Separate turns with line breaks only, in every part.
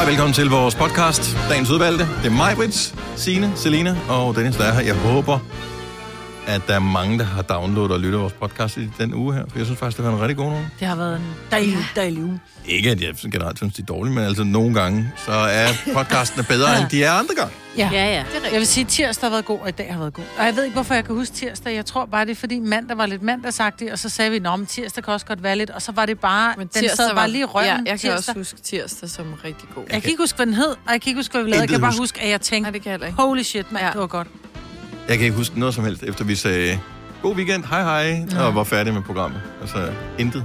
og velkommen til vores podcast, dagens udvalgte. Det er mig, Brits, Signe, Selina og Dennis, der er her. Jeg håber, at der er mange, der har downloadet og lyttet vores podcast i den uge her, for jeg synes faktisk, det var en rigtig god uge.
Det har været en dejlig, dejlig uge.
Ikke, at jeg sådan generelt synes, de er dårlige, men altså nogle gange, så er podcastene bedre, end de er andre gange.
Ja,
Ja, ja.
Jeg vil sige, at tirsdag har været god, og i dag har været god. Og jeg ved ikke, hvorfor jeg kan huske tirsdag. Jeg tror bare, det er fordi mandag var lidt mandagsagtig, og så sagde vi, at tirsdag kan også godt være lidt. Og så var det bare, Men den sad bare lige i røven
Ja, jeg kan
tirsdag.
også huske tirsdag som rigtig god.
Jeg kan ikke huske, hvad den hed, og jeg kan ikke huske, hvad vi lavede. Jeg
Intet
kan bare
husk.
huske, at jeg
Nej,
tænkte,
det kan jeg heller ikke.
holy shit, mand,
Ja.
det var godt.
Jeg kan ikke huske noget som helst, efter vi sagde, god weekend, hej hej, og var færdige med programmet. Altså, intet.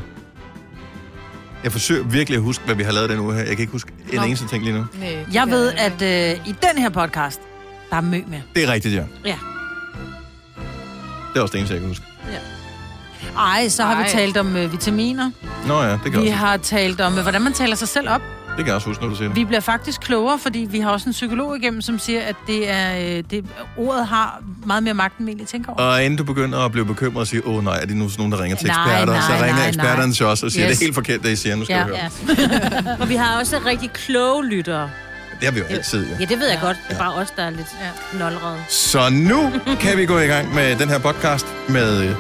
Jeg forsøger virkelig at huske, hvad vi har lavet den uge her. Jeg kan ikke huske en
Nå.
eneste ting lige nu.
Nej, det
Jeg
kan
ved,
heller ikke.
at øh, i den her podcast, der er mø med.
Det er rigtigt, ja.
Ja.
Det er også det eneste, jeg kan huske.
Ej, så har Ej. vi
Ej.
talt om øh, vitaminer.
Nå ja, det kan, jeg
Vi
også,
har talt om, øh, hvordan man taler sig selv op.
det kan jeg også huske, når du siger det.
Vi bliver faktisk klogere, fordi vi har også en psykolog igennem, som siger, at det er, øh, det, ordet har meget mere magt, end vi egentlig tænker over.
Og inden du begynder at blive bekymret og sige, åh nej, er det nu sådan nogen, der ringer til
Nej,
eksperter?
nej,
så ringer
nej,
eksperterne
nej.
til os og siger,
Yes.
det er helt forkert, det I siger, nu skal ja,
Ja,
du høre. Ja.
Ja. og vi har også rigtig kloge lyttere.
Det har vi jo altid, ja.
Ja, det ved jeg godt. Det er bare os, der er lidt ja. nollerede.
Så nu kan vi gå i gang med den her podcast med øh,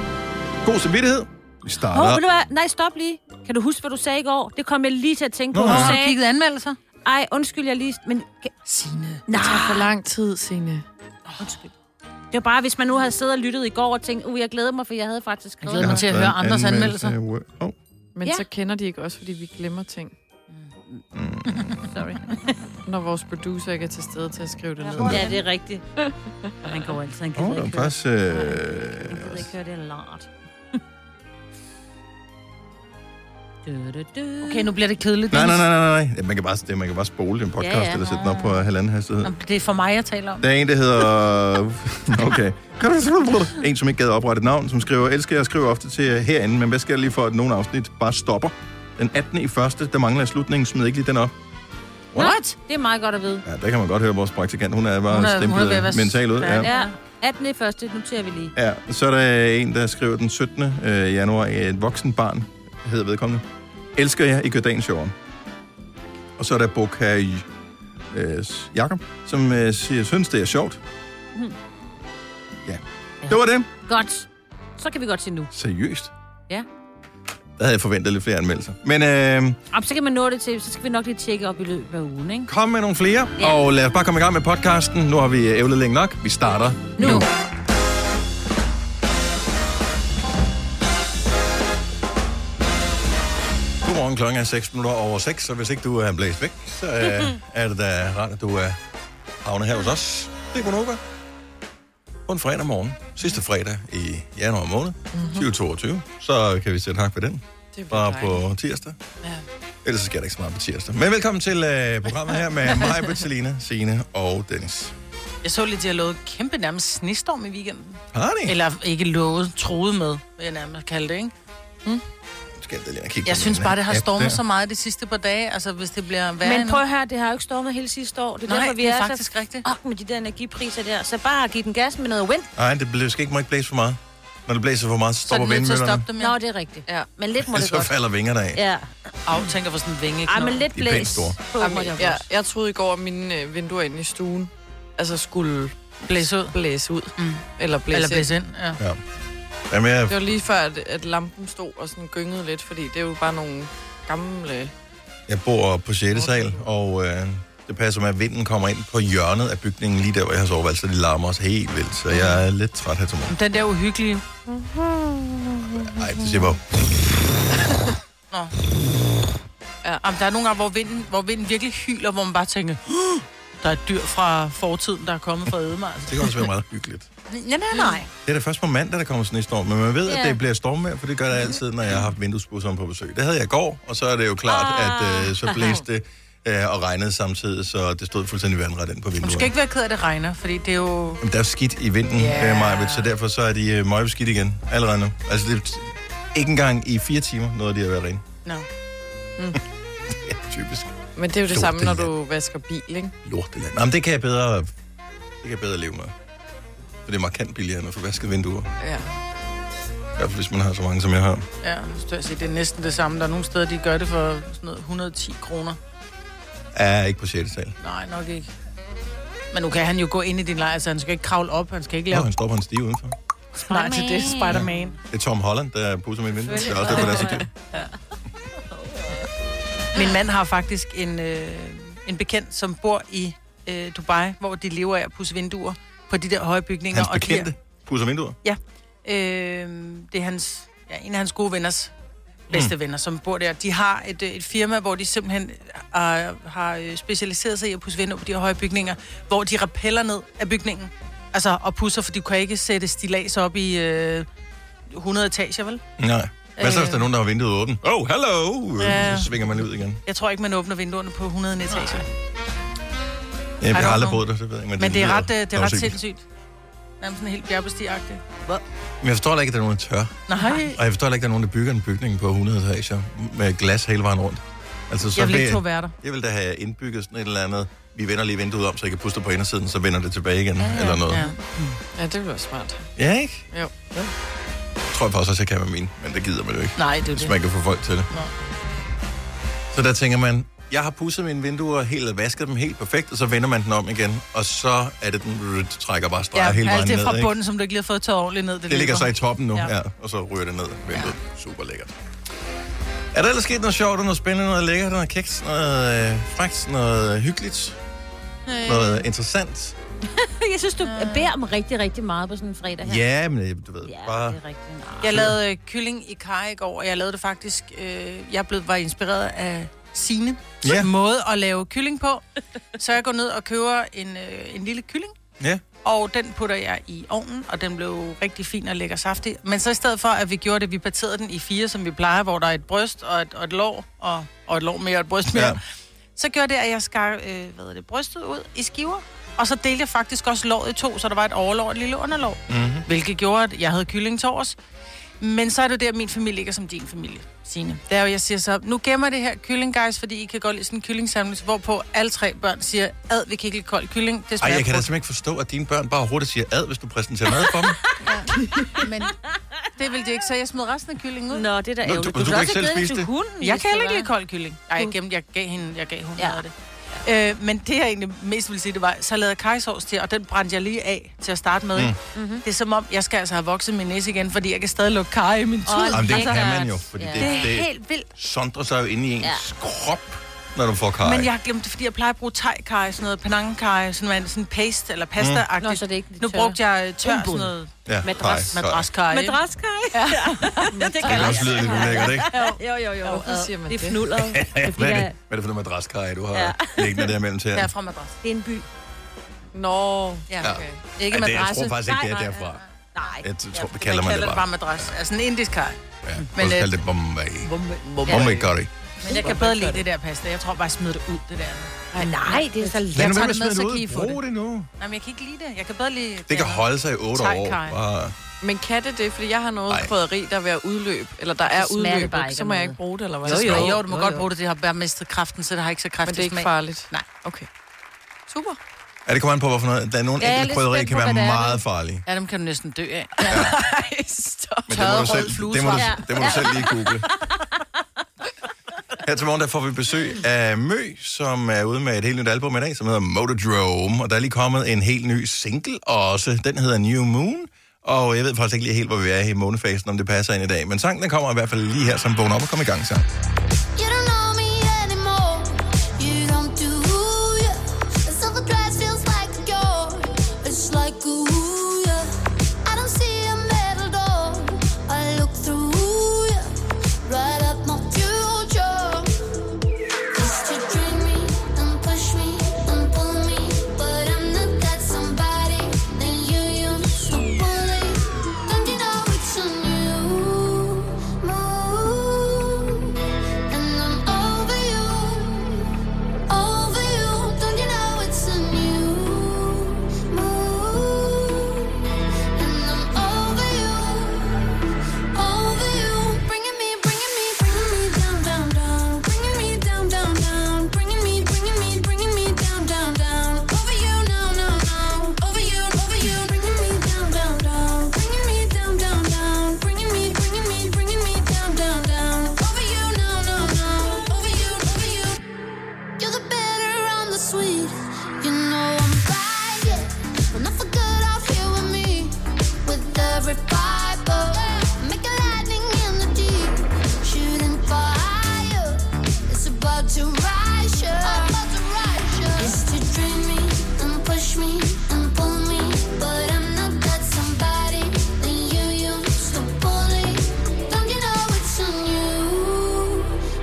god samvittighed. Vi
Hov, ved
starter...
du hvad? Nej, stop lige. Kan du huske, hvad du sagde i går? Det kom jeg lige til at tænke på.
Nå,
Du
ja.
Har du
sagde,
kigget anmeldelser?
ej, undskyld, jeg lige... Men,
Signe.
nej,
Det tager for lang tid, Signe.
undskyld. Det var bare, hvis man nu havde siddet og lyttet i går og tænkt, uh, jeg glæder mig, for jeg havde faktisk skrevet
glæder mig til at høre andres
anmeldelser. Åh, oh,
Men
Ja.
så kender de ikke også, fordi vi glemmer ting.
Mm.
noget. Sorry.
Når vores producer ikke er til stede til at skrive det ned.
Ja, det er rigtigt. Man går altid, han gider
oh, det
ikke
var
høre.
faktisk... Øh,
Han gider ikke høre det lort.
Okay, nu bliver det kedeligt.
nej, nej,
Dennis.
nej, nej, nej. Ja, Man kan bare, det, man kan bare spole en podcast, ja,
Ja,
ja.
ja.
eller sætte den op på halvanden hastighed.
Nå, Det er for mig, jeg taler om.
Der er en, der hedder... Okay. En, som ikke gad oprette et navn, som skriver, elsker jeg skriver ofte til jer herinde, men hvad sker der lige for, at nogle afsnit bare stopper? Den 18. i første, der mangler jeg slutningen, smid ikke lige den op.
What? Det er meget godt at vide.
Ja, der kan man godt høre vores praktikant. Hun er bare
Hun er- hun er ved at være
stemplet
s-
mentalt ud. Ja.
Ja, 18. i første, noterer vi lige.
ja. Så er der en, der skriver den 17. øh, januar, et voksen barn, hedder vedkommende. Elsker jeg, I gør dagen sjovere. Og så er der Bokai øh, Jakob, som øh, siger, synes det er sjovt.
Mhm.
Ja. Det var det.
Godt. Så kan vi godt se nu.
Seriøst?
Ja.
Der havde jeg forventet lidt flere anmeldelser. Men øh,
Og så kan man nå det til, så skal vi nok lige tjekke op i løbet af ugen, ikke?
kom med nogle flere, ja.
Ja.
og lad os bare komme i gang med podcasten. Nu har vi øh, ævlet længe nok. Vi starter nu. nu. Godmorgen, klokken er 6 minutter over 6, så hvis ikke du er blæst væk, så øh, er det da rart, at du er havnet her hos os. Det er Gunova. På en fredag morgen, sidste fredag i januar måned, 2022, så kan vi sætte hak på den.
Mhm. Det bliver
Bare
dejligt.
på tirsdag.
Ja.
Ellers så sker der ikke så meget på tirsdag. Men velkommen til øh, programmet her med mig, Bertilina, Signe og Dennis.
Jeg så lidt, de har lovet kæmpe nærmest snestorm i weekenden.
Har de?
Eller ikke lovet, troet med, vil jeg nærmest kalde det, ikke? Hm?
Nu Skal jeg, da lige kigge på
Jeg
den
synes
her
bare, det har
app der.
stormet så meget de sidste par dage. Altså, hvis det bliver værre
Men
endnu.
prøv at høre, det har jo ikke stormet hele sidste år. Det er
Nej,
derfor, vi
det er
er,
faktisk
så...
rigtigt.
Op med de der energipriser der. Så bare giv den gas med noget wind.
Nej, det blæ- skal ikke, må ikke blæse for meget. Når det blæser for meget, så
så er
stopper
det nødt til at stoppe dem,
vindmøllerne.
Nå,
ja.
det er rigtigt.
Ja.
Men lidt må det
Så
godt.
falder vingerne af.
Ja.
Au, tænker for sådan en vinge.
Ej, men lidt
De er pænt
blæs.
store.
på, må
Jamen,
det
jeg,
godt.
jeg troede i går, at mine øh, vinduer inde i stuen altså skulle
Blæs ud.
blæse ud. Mm. Eller blæse
Eller
Eller
blæs ind, ja.
Ja. Jamen, jeg,
Det var lige før, at, at lampen stod og sådan gyngede lidt, fordi det er jo bare nogle gamle...
jeg bor på 6. sal, og øh, det passer med, at vinden kommer ind på hjørnet af bygningen, lige der, hvor jeg har sovet, så de larmer os helt vildt, så jeg er lidt træt her til morgen.
Den der uhyggelige...
Nej, det siger bare,
Jamen, der er nogle gange, hvor vinden, hvor vinden virkelig hyler, hvor man bare tænker, "Huh, der er et dyr fra fortiden, der er kommet fra Edemar.
det kan også være meget hyggeligt.
Ja, nej, nej.
Det er da først på mandag, der kommer snestorm, men man ved, at
Ja.
det bliver stormvejr, for det gør det altid, når jeg har haft vinduesbusserne på besøg. Det havde jeg i går, og så er det jo klart, at øh, så blæste det øh, og regnede samtidig, så det stod fuldstændig vandret ind på
Du
vinduerne.
skal ikke være ked af, at det regner, fordi det er jo...
Jamen, der er skidt i vinden, yeah.
Ja.
øh, Majbet, så derfor så er de øh, møgbeskidt igen allerede nu. Altså, det er ikke engang i fire timer noget, de har været rene.
No.
Ja, typisk
Mm. Men det er jo det
Lort,
samme,
det
når
der.
du vasker bil, ikke?
lorteland. Nå, men det kan jeg bedre, det kan jeg bedre leve med. For det er markant billigere end at få vasket vinduer.
Ja.
I hvert fald, hvis man har så mange, som jeg har.
Ja, nu skal jeg sige, det er næsten det samme. Der er nogle steder, de gør det for sådan noget 110 kroner.
er ikke på 6. sal.
Nej, nok ikke. Men nu kan han jo gå ind i din lejr, så han skal ikke kravle op, han skal ikke
Nå,
lave
han står på en stive udenfor.
nej til det, Spider-Man.
Det er Tom Holland, der pusser mit vindue. Det er også derfor, det er så dyrt.
Min mand har faktisk en, øh, en bekendt, som bor i øh, Dubai, hvor de lever af at pusse vinduer på de der høje bygninger.
Hans
og de
bekendte pusser vinduer.
her- øh, det er hans, ja, en af hans gode venners
Mm.
bedste venner, som bor der. De har et, øh, et firma, hvor de simpelthen øh, har øh, specialiseret sig i at pusse vinduer på de her høje bygninger, hvor de repeller ned af bygningen. Altså, og pusser, for du kan ikke sætte stilas op i øh, 100 etager, vel?
Nej. Hvad så, hvis der er
Øh.
nogen, der har vinduet åbent? Oh, hello!
Ja.
Så svinger man ud igen.
Jeg tror ikke, man åbner vinduerne på 100 etager.
Ja, Jeg
don't
har aldrig
know.
boet der, det ved jeg ikke.
Men det er
lyder
ret, øh, det er ret
afsigtigt.
sindssygt. Nærmest sådan helt bjergbestigagtigt.
Men jeg forstår heller ikke, at der er nogen, der tør.
Nej,
Og jeg forstår heller ikke, at der er nogen, der bygger en bygning på 100 etager med glas hele vejen rundt. Altså, så
jeg vil
vil-
ikke to værter.
jeg vil da have indbygget sådan et eller andet. Vi vender lige vinduet om, så jeg kan puste på indersiden, så vender det tilbage igen, ja, eller noget.
Ja.
Ja.
Ja, det ville være smart.
ja, ikke?
Jo.
Ja. Tror jeg faktisk også, jeg kan med min, men det gider man jo ikke.
Nej, det er
hvis
det.
man kan få folk til det.
Nå.
Så der tænker man, jeg har pudset mine vinduer helt og vasket dem helt perfekt, og så vender man den om igen, og så er det, den rrrt, trækker bare streger ja, hele vejen
alt det
ned.
fra
ikke?
bunden, som du ikke lige har fået tøjet ordentligt ned.
Det ligger så i toppen nu, ja.
Ja.
ja og så ryger det ned. Vinduet. Ja. Super lækkert. Er der ellers sket noget sjovt, noget spændende, noget lækkert, noget kækt, noget øh, frækt, noget hyggeligt, øh. noget interessant?
Jeg synes, du
Øh.
beder om rigtig, rigtig meget på sådan en fredag her.
Ja, men øh, du ved,
Ja,
bare...
det er rigtigt. Nej.
Jeg lavede øh, kylling i kaj i går, og jeg lavede det faktisk... Øh, jeg blev, var inspireret af sine
Ja.
yeah. måde at lave kylling på. Så jeg går ned og køber en, øh, en lille kylling,
Ja.
og den putter jeg i ovnen, og den blev rigtig fin og lækker saftig. Men så i stedet for, at vi gjorde det, vi parterede den i fire, som vi plejer, hvor der er et bryst og et, og et lår, og, og et lår mere og et bryst mere,
Ja.
ja. så gjorde det, at jeg skar øh, hvad er det, brystet ud i skiver, og så delte jeg faktisk også låret i to, så der var et overlår og et lille underlår,
Mhm.
mm-hmm. hvilket gjorde, at jeg havde kylling til års. Men så er det jo der, at min familie ikke er som din familie, Signe. Det er jo, jeg siger så, nu gemmer det her kylling, guys, fordi I kan godt lide sådan en kyllingsamling, hvorpå alle tre børn siger, ad, vi kan ikke lide kold kylling, det
Ej,
smager
jeg kan da
brudt."
simpelthen ikke forstå, at dine børn bare hurtigt siger ad, hvis du præsenterer mad for dem.
Men det ville de ikke, så jeg smed resten af kyllingen ud.
Nå, det er da
Nå,
ærgerligt.
du- du kan
også
ikke
have
selv
givet
spise
til
det.
Hunden,
Jeg
hvis
kan
det
heller ikke
var.
lide kold kylling. Nej, jeg, gemte, jeg gav hende, jeg gav hun
Ja.
ja. af det. Øh, men det, jeg egentlig mest ville sige, det var, så lavede jeg kajsovs til, og den brændte jeg lige af til at starte med. Mm.
Mhm.
Det er som om, jeg skal altså have vokset min næse igen, fordi jeg kan stadig lukke kaj i min tud.
Åh,
Jamen, det
Lækkert.
kan man jo, fordi
Ja.
det,
det er
det,
helt vildt.
sondrer sig jo inde i ens ja.
Ja.
krop, når du får kaj.
Men jeg har glemt det, fordi jeg plejer at bruge thai-kaj, sådan noget panang-kaj, sådan noget sådan paste eller pasta mm.
Nå, så det er ikke det
Nu
tørre.
brugte jeg øh, tør sådan noget
ja,
madras-
kaj, kaj.
madraskaj.
Madraskaj. Ja. det
Det kan også lyde lidt ulækkert, ikke?
Jo, jo, jo.
Hvorfor siger man
det? er
det?
fnulleret. det er,
Hvad
fordi,
er det,
jeg-
hvad er det for noget madraskaj, du har
Ja.
ja. liggende der mellem til?
Jeg
Ja,
er fra madras.
det er en by.
Nå,
Ja.
okay.
Ikke
det, jeg
madrasse.
tror faktisk ikke, det er
Nej, nej,
derfra.
Nej.
Jeg tror, det
Man
kalder man det bare.
bare madras. Altså en indisk kaj.
Ja. Men
Men,
også
øh,
kalde det Bombay.
Bombay.
Bombay curry.
Men jeg kan bedre lide det der pasta. Jeg tror bare, jeg smider det ud, det der.
Ej, nej, det er så
Lad
lækkert.
nu
tager
være med
det
at
med,
smide det
så kan I
ud.
få
Brug det nu.
Nej, men jeg kan ikke lide det. Jeg kan bedre lide...
Det kan holde sig i otte år.
Thai-kaj.
Bare-
Men kan det det? Fordi jeg har noget
Ej.
krydderi, der er ved at udløbe, eller der er
Så smager det
udløb,
bare
ikke?
ikke
så
af
må jeg
noget.
ikke bruge det, eller hvad?
Jo,
Så-
jo, jo,
Jo,
du må
jo,
godt
jo.
bruge det. Det har bare mistet kraften, så det har ikke så
Men
kraftig
det er ikke
smag.
farligt.
Nej.
Okay. Super.
Ja, det kommer an på, hvorfor noget. Der er nogle
Ja, jeg er
enkelte
lidt
krydderier,
spændt
kan
på,
være
hvad det er,
meget farlige.
Ja, dem kan du næsten dø af.
Ej, stop.
Men det må,
Tørret
du
rød
selv, det, må du,
fluesvamp.
det må du selv lige google. Her til morgen der får vi besøg af Mø, som er ude med et helt nyt album i dag, som hedder Motordrome. Og der er lige kommet en helt ny single også. Den hedder New Moon. Og jeg ved faktisk ikke lige helt, hvor vi er i månefasen, om det passer ind i dag. Men sangen den kommer i hvert fald lige her, som vågner op og kommer i gang sammen.
You don't know me anymore. You don't do yeah. The silver dress feels like a door. It's like a ooh, yeah. I don't see a metal door. I look through yeah. right at my future. Used to drain me and push me and pull me, but I'm not that somebody that you used to bully. Don't you know it's a new moon? viper. Make a lightning in the deep. Shooting for higher. It's about to rise ya. Used to drain me and push me and pull me. But I'm not that somebody that you used to bully. Don't you know it's a new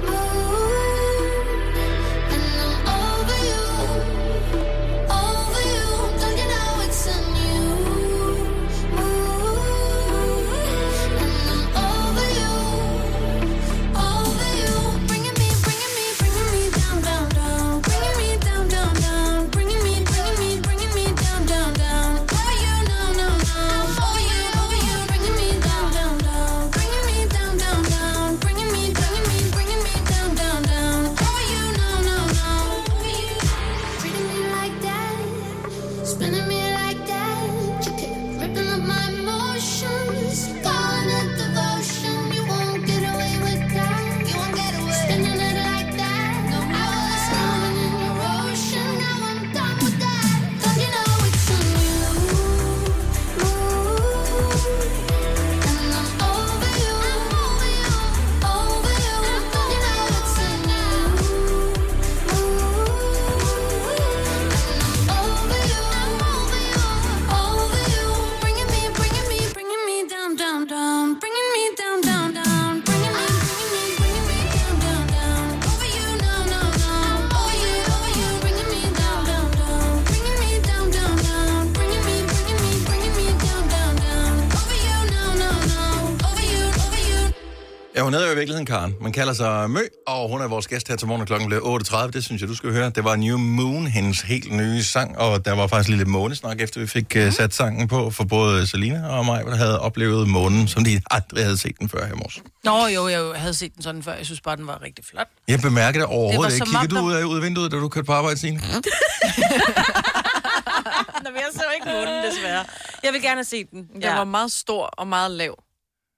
mood? And I'm over you, over you. Don't you know it's a new mood? And I'm over you. Over you, bringing me, bringing me, bringing me down, down, down, bringing me down, down, down, bringing me, bringing me, bringing me down, down, down. Over you, no, no, no. Over you, over you, bringing me down, down, down, bringing me down, down, down, bringing me, bringing me, bringing me down, down, down. Over you, no, no, no. Over you, treating me like that, spinning me like that. You keep ripping up my emotions, calling it devotion. You won't get away with that. You won't get away. Spinning it like that. No, I was swimming in your ocean. Now I'm done with that. Don't you know it's a new mood? And I'm over you, over you, over you. Don't you know it's a new mood? Over you, over you, over you. Bringing me, bringing me, bringing me down, down, down. Bringing me down, down, down. Bringing me, bringing me, bringing me down, down, down. Over you, no, no, no. Over you, over you. Bringing me down, down, down. Bringing me down, down, down. Bringing me, bringing me, bringing me down, down, down. Over you, no, no, no. Over you, over you.
Ja, hun hedder jo i virkeligheden Karen. Man kalder sig Mø, og hun er vores gæst her til morgen, og klokken blev 8.30. Det synes jeg, du skal høre. Det var New Moon, hendes helt nye sang, og der var faktisk lidt månesnak, efter vi fik uh, sat sangen på, for både Selina og mig, der havde oplevet månen, som de aldrig havde set den før her i morges.
Nå jo, jeg havde set den sådan før. Jeg synes bare, den var rigtig flot.
Jeg bemærkede det overhovedet
Det
ikke.
var som
Kigger
om,
du
Mm.
ud af, ud af vinduet, da du kørte på arbejde, Signe?
Nå, men jeg så ikke månen, desværre. Jeg vil gerne have set den.
Den var meget stor og meget lav.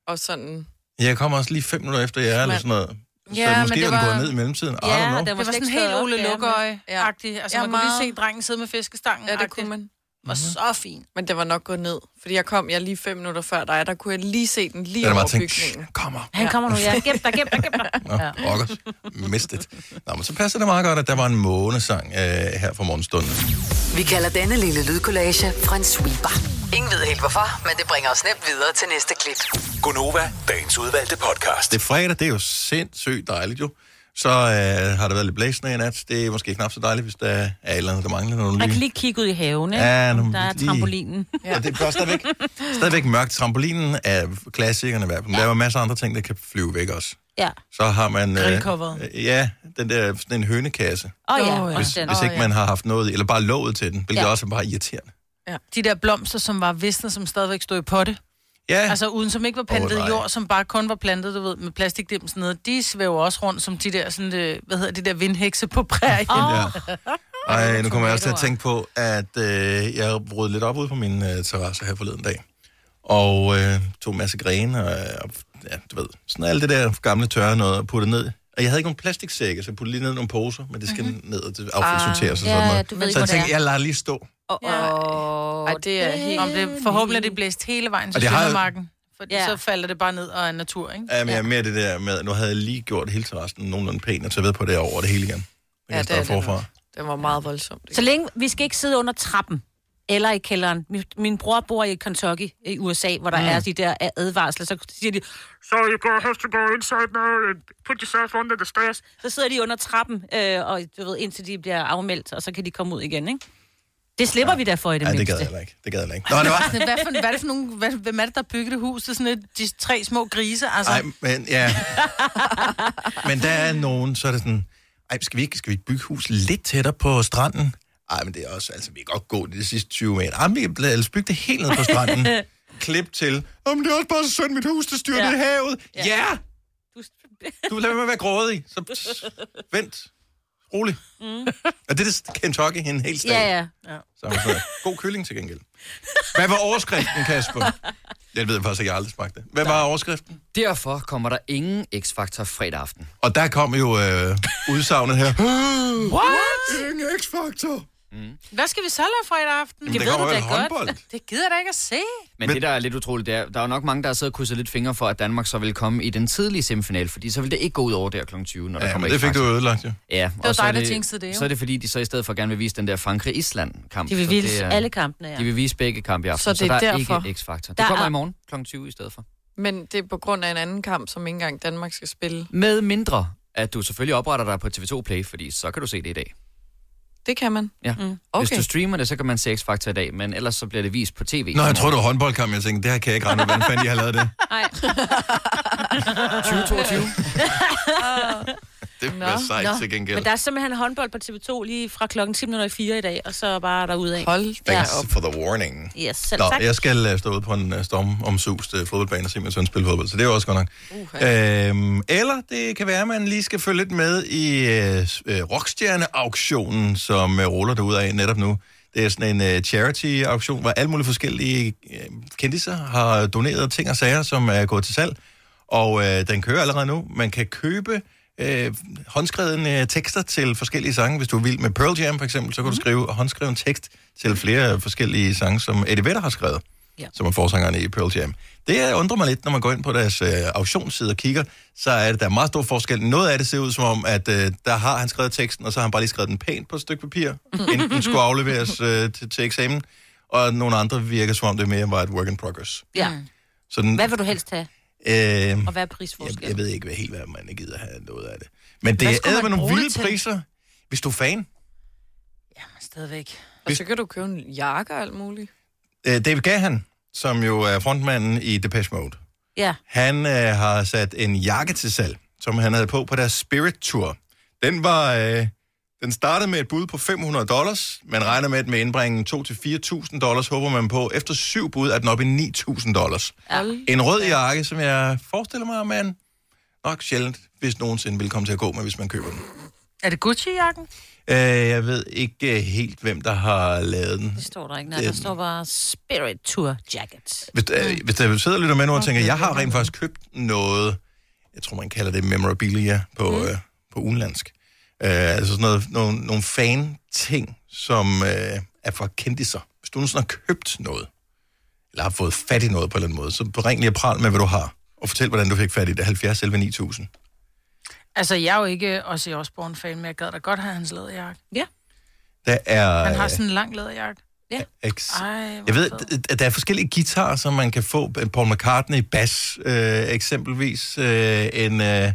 Og sådan...
Jeg kommer også lige fem minutter efter jer, eller sådan noget. Så
Ja, men
måske
det
er den gået
var-
ned i mellemtiden. I
Ja,
don't know.
den
Det var sådan helt Ole Lukøje-agtig. Altså,
Ja,
man kunne lige
meget.
se drengen sidde med fiskestangen.
Ja, det kunne man.
Mhm.
Og så fint.
Men det var nok gået ned. Fordi jeg kom, jeg lige fem minutter før dig, der kunne jeg lige se den lige
Den er
over
bare tænkt, "Shh,
bygningen.
kommer.
Han kommer nu, ja. Gem dig, gem dig, gem dig.
Nå, ja. rockers. Mistet. Nå, men så passer det meget godt, at der var en månesang øh, her fra morgenstunden.
Vi kalder denne lille lydkollage en sweeper. Ingen ved helt hvorfor, men det bringer os nemt videre til næste klip.
Gunova, dagens udvalgte podcast.
Det er fredag, det er jo sindssygt dejligt jo. Så øh, har der været lidt blæsende i nat. Det er måske knap så dejligt, hvis der er et eller andet, der mangler nogle
Man kan
lyde.
lige kigge ud i haven, ikke?
Ja, nu-
der er
lige-
trampolinen.
Ja. Og det er bare stadigvæk, stadigvæk mørkt. Trampolinen er klassikerne i hvert fald. Der er jo masser af andre ting, der kan flyve væk også.
Ja.
Så har man...
Grillcoveret.
øh, ja, den der sådan en hønekasse.
Åh oh, ja,
Åh, ja.
også den.
Hvis
Åh,
ikke
ja.
man har haft noget i, eller bare låget til den, hvilket ja.
Ja.
også er bare irriterende.
De der blomster, som var visne, som stadigvæk stod i potte.
Ja, altså,
Altså uden som ikke var plantet
Åh, nej.
oh, jord, som bare kun var plantet, du ved, med plastikdimsen nede. De svæver også rundt som de der, sådan, øh, hvad hedder de der vindhekse på prærien. Oh.
Ja. Ej, nu kommer jeg også til at
Tomatoer.
tænke på, at øh, jeg brød lidt op ude på min øh, terrasse her forleden dag. Og øh, tog en masse grene og, øh, og ja, du ved, sådan alt det der gamle tørre noget og puttede ned. Og jeg havde ikke nogen plastiksække, så jeg puttede lige ned i nogle poser, men det skal mm-hmm. ned og det affaldssorteres og sådan
Mhm. Ah, Ja,
noget.
du ved
så
ikke,
jeg
hvor
tænkte,
det er.
jeg lader lige stå.
Åh, åh.
Ej, det er helt...
Om det forhåbentlig er det blæst hele vejen til
Og det har jo-
Søndermarken. For
Ja.
ja. så falder det bare ned og er natur, ikke?
Ja, men jeg er mere det der med, at nu havde jeg lige gjort hele terrassen nogenlunde pænt, og så ved på det er over det hele igen.
Ja,
Jeg
det er
ja,
det
forfra.
nok. Den var meget voldsomt.
Så længe vi skal ikke sidde under trappen eller i kælderen. Min, min bror bor i Kentucky i USA, hvor der mm. er de der advarsler. Så siger de,
So you go have to go inside now and put yourself under the stairs.
så sidder de under trappen, øh, og du ved, indtil de bliver afmeldt, og så kan de komme ud igen, ikke? Det slipper ja. vi derfor i det
Ja, det
mindste.
gad jeg heller ikke. Det gad jeg heller ikke. Nå, det var...
Sådan, hvad, for, hvad er det for nogle, hvad, hvem er det, der byggede det hus? Det er sådan et, de tre små grise, altså.
Nej, men ja. men der er nogen, så er det sådan, ej, skal vi ikke, skal vi ikke bygge hus lidt tættere på stranden? Ej, men det er også, altså, vi kan godt gå de sidste 20 meter. Ej, men vi kan bl- altså, bygge det helt ned på stranden. Klip til, åh, men det er også bare så synd, mit hus, det styrter
Ja.
ja. i havet. Ja, ja
Du,
du lader mig være grådig. Så vent. Rolig. Mm. Og det er det Kentucky, en hel stat.
ja, ja.
Så har man sådan, God kylling til gengæld. Hvad var overskriften, Kasper? Jeg ved faktisk, at jeg aldrig smagte det. Hvad var overskriften?
Derfor kommer der ingen X-Factor fredag aften.
Og der kom jo øh, udsagnet her. What? Ingen X-Factor.
Hvad skal vi så lave fredag aften?
Jamen, der
ved
kommer
du
vel
da godt.
håndbold.
Det gider jeg da ikke at se.
Men,
Men-
Men det, der er lidt utroligt, det er, der er jo nok mange, der har siddet og krydset lidt fingre for, at Danmark så vil komme i den tidlige semifinal, fordi så vil det ikke gå ud over der kl. 20, når der
Ja,
kommer
men det fik du
X-Factor.
ødelagt, jo.
Ja, det
var dig, der jinxede det, jo.
Så er det, fordi de så i stedet for gerne vil vise den der Frankrig-Island-kamp.
De vil
Så
vise
det er-
alle kampene, ja.
De vil vise begge kampe i aften,
Så
så,
det
der
er
er
derfor.
ikke X-Faktor. Det
Der
kommer
er-
i morgen kl. 20 i stedet for.
Men det er på grund af en anden kamp, som ikke engang Danmark skal spille.
Med mindre, at du selvfølgelig opretter dig på TV2 Play, fordi så kan du se det i dag.
Det kan man.
Ja. Mm. Okay. Hvis
Okay.
du streamer det, så kan man se X-Factor i dag, men ellers så bliver det vist på tv.
Nå, jeg tror, det var håndboldkamp. Jeg tænkte, det her kan jeg ikke rende. ud. Hvordan fanden de har lavet det?
Nej,
2022.
Det var sejt
nå.
til gengæld.
Men der er simpelthen håndbold på TV2 lige fra klokken 10.04 i dag, og så bare derudad.
Hold da
Thanks
op.
for the warning.
Yes, selv
Nå,
tak.
jeg skal øh, stå ude på en øh, stormomsust øh, fodboldbane og se min søn spille fodbold, så det er jo også godt nok. Okay. Øhm, eller det kan være, at man lige skal følge lidt med i øh, s- øh, rockstjerne-auktionen, som øh, ruller derude af netop nu. Det er sådan en øh, charity-auktion, hvor alle mulige forskellige øh, kendiser har doneret ting og sager, som er gået til salg. Og øh, den kører allerede nu. Man kan købe øh, håndskrevne øh, tekster til forskellige sange. Hvis du er vild med Pearl Jam for eksempel, så kan du
Mhm.
skrive håndskreven tekst til flere øh, forskellige sange, som Eddie Vedder har skrevet, ja.
Ja.
som er forsangeren i Pearl Jam. Det øh, undrer mig lidt, når man går ind på deres øh, auktionsside og kigger, så er det, der er meget stor forskel. Noget af det ser ud som om, at øh, der har han skrevet teksten, og så har han bare lige skrevet den pænt på et stykke papir,
Mhm.
inden den skulle afleveres øh, til, til eksamen. Og nogle andre virker som om, det mere var et work in progress.
Ja.
Så den,
Hvad vil du helst have,
øh,
og hvad er
jeg,
prisforskellen?
jeg ved ikke hvad helt, hvad man gider have noget af det. Men det
Hvad
er
skulle
æder med
man
nogle
bruge
vilde
det til?
priser, hvis du er fan.
Jamen, stadigvæk.
Og så kan du købe en jakke og alt muligt.
Øh, David Gahan, som jo er frontmanden i Depeche Mode,
Ja,
han øh, har sat en jakke til salg, som han havde på på deres Spirit Tour. Den var... Øh, den startede med et bud på 500 dollars. Man regner med, at med indbringen 2-4.000 dollars, håber man på. Efter syv bud er den oppe i 9.000 dollars.
Hold
En rød jakke, som jeg forestiller mig, at man nok sjældent, hvis nogensinde vil komme til at gå med, hvis man køber den.
Er det Gucci-jakken?
Øh, jeg ved ikke øh, helt, hvem der har lavet den.
det står der ikke. Nej, der står bare Spirit Tour Jacket.
Hvis, øh, hvis der sidder og lytter med nu og tænker, jeg har rent faktisk købt noget, jeg tror, man kalder det memorabilia på, mm. øh, på udenlandsk. Øh, altså sådan noget, nogle, nogle fan-ting, som øh, er fra kendiser. Hvis du nogensinde har købt noget, eller har fået fat i noget på en eller anden måde, så ring lige og pral med, hvad du har, og fortæl, hvordan du fik fat i det. 70 11 9000.
Altså, jeg er jo ikke også Osborne-fan, men jeg gad da godt have hans læderjakke.
Der er... øh,
Han har sådan en lang læderjakke.
Ex-
Ej, hvor
Jeg ved,
fed.
at der er forskellige guitarer, som man kan få. Paul McCartney bas, øh, eksempelvis. Øh, en, øh,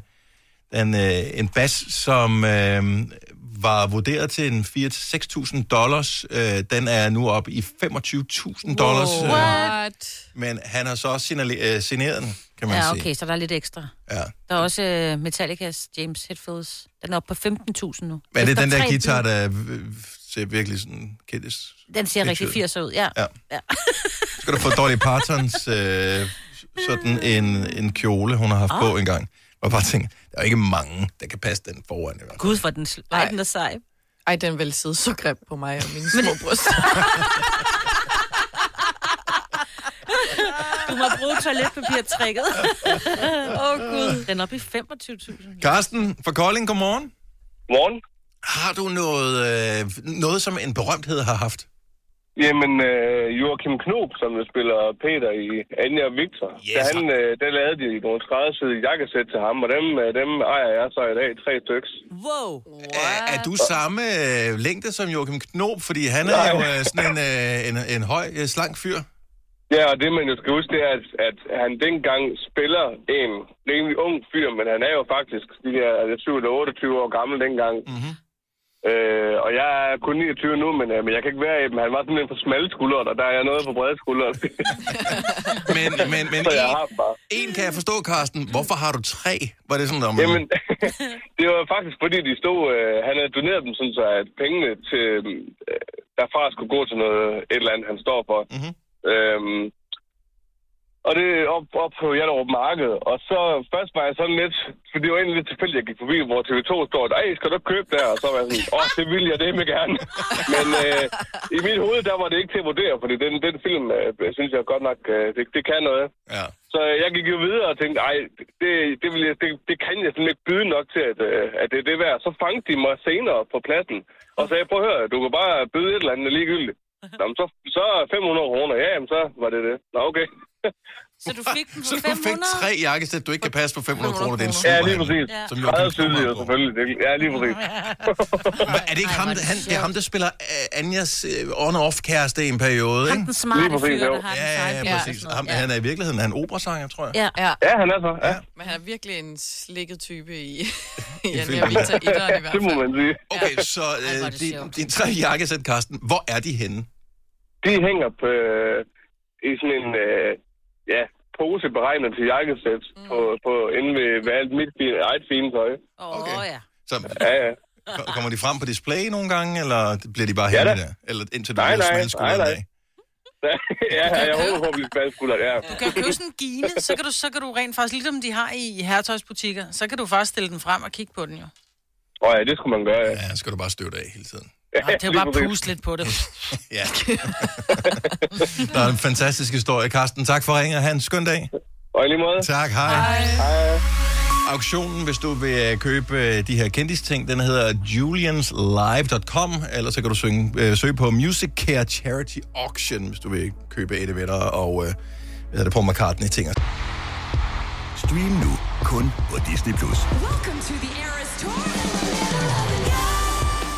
en, øh, en bas, som øh, var vurderet til en 4-6.000 dollars. Øh, den er nu oppe i 25.000 dollars. Øh,
What?
men han har så også signale- øh, signeret den, kan man
Ja,
sige.
okay, så der er lidt ekstra.
Ja.
Der er også øh, Metallicas James Hetfields. Den er oppe på 15.000 nu.
Men er det
Efter
den der
tre
guitar,
bid.
der øh, ser virkelig sådan kendt
Den ser
Det er
rigtig
tydeligt.
80'er ud, ja.
Ja.
ja.
skal du få Dolly Partons øh, sådan en, en kjole, hun har haft oh. på engang. Og bare tænker, der er jo ikke mange, der kan passe den foran. i hvert fald.
Gud, hvor den sl- Ej, den er sej.
Ej, den vil sidde så grimt på mig og mine små bryster.
Du må bruge toiletpapirtrækket. Åh, oh, Gud. Den er oppe i 25.000.
Karsten fra Kolding, godmorgen.
Morgen.
Har du noget, øh, noget som en berømthed har haft?
Jamen, øh, Joachim Knob, som jo spiller Peter i Anja og Victor,
Yes,
da han, øh, der lavede de nogle skræddersyde jakkesæt til ham, og dem, øh, dem ejer jeg så i dag tre styks.
Wow.
Er, er du samme øh, længde som Joachim Knob? Fordi han er
Nej.
jo øh, sådan en, øh, en, en høj, øh, slank fyr.
Ja, og det man jo skal huske, det er, at, at han dengang spiller en rimelig ung fyr, men han er jo faktisk de her altså, 7 eller 28 år gammel dengang.
Mhm.
Mm-hmm. Øh, og jeg er kun 29 nu, men, øh, men jeg kan ikke være i dem. Han var simpelthen for smalle skuldre, og der er jeg noget for brede skuldre.
Men, men, men
så jeg
en,
har dem bare.
en kan jeg forstå, Karsten. Hvorfor har du tre? Var det sådan, der
Jamen, det var faktisk fordi, de stod... Øh, han havde doneret dem, sådan så at pengene til, øh, derfra skulle gå til noget, et eller andet, han står for. Mm-hmm. Øhm, Og det er op, op på Hjallerup Marked. Og så først var jeg sådan lidt, for det var egentlig lidt tilfældigt, jeg gik forbi, hvor TV2 står, ej, skal du ikke købe der? Og så var jeg sådan, åh, det vil jeg det med gerne. Men øh, i mit hoved, der var det ikke til at vurdere, fordi den, den film, øh, synes jeg godt nok, øh, det, det kan noget.
Ja.
Så øh, jeg gik jo videre og tænkte, ej, det, det, vil jeg, det, det kan jeg simpelthen ikke byde nok til, at, øh, at det er det værd. Så fangede de mig senere på pladsen og sagde, prøv at høre, du kan bare byde et eller andet ligegyldigt. Nå, men så, så 500 kroner, ja, jamen, så var det det. Nå, okay.
Så du fik den
for
Du fik tre jakkesæt, du ikke kan passe på 500 kroner. Det er en
Ja,
superhandel,
lige præcis. Ja.
Som
Som
jo
Meget tydeligere, selvfølgelig. Det- Ja, lige præcis.
er det ikke ham, han, det er ham, der spiller øh, Anjas øh, on-off-kæreste i en periode, ikke?
Den smarte fyr, der har den
Ja,
sejt.
ja, præcis. Ham, Han er i virkeligheden han er operasanger, tror jeg.
Ja.
Ja.
Ja, han er så. Ja.
Men han er virkelig en slikket type i, i
I
Anja
filmen.
Vita 1'eren i hvert
Det må
fald.
man sige.
Okay, så øh, de, de tre jakkesæt, Karsten, hvor er de henne?
De hænger på, øh, i sådan en øh, ja, pose beregnet til jakkesæt
Mm.
på, på, inde ved, ved alt mit fine, eget fine tøj.
Åh, oh, ja.
Så
Ja, ja.
ko- kommer de frem på display nogle gange, eller bliver de bare
Ja,
hængende
da.
der? Eller indtil du
Nej,
bliver
nej,
smadret skulderen
nej,
af?
nej. ja, jeg håber på at blive spadskulder, ja.
Du kan jo købe sådan en gine, så kan, du, så kan du rent faktisk, ligesom de har i herretøjsbutikker, så kan du faktisk stille den frem og kigge på den jo.
Åh ja, det skulle man gøre, ja.
Ja, skal du bare støve det af hele tiden.
Ja,
Nå, det er jo
lige
bare
præcis.
puste lidt på det.
Ja. Der er en fantastisk historie. Karsten, tak for ringen, og have en skøn dag.
Og i lige måde.
Tak, hej.
Hej.
Auktionen, hvis du vil øh, købe øh, de her kendisting, den hedder julianslive.com, eller så kan du synge, øh, søge på Music Care Charity Auction, hvis du vil købe Eddie Vedder og øh, hvad hedder det, Paul McCartney-ting.
Stream nu kun på Disney+. Plus.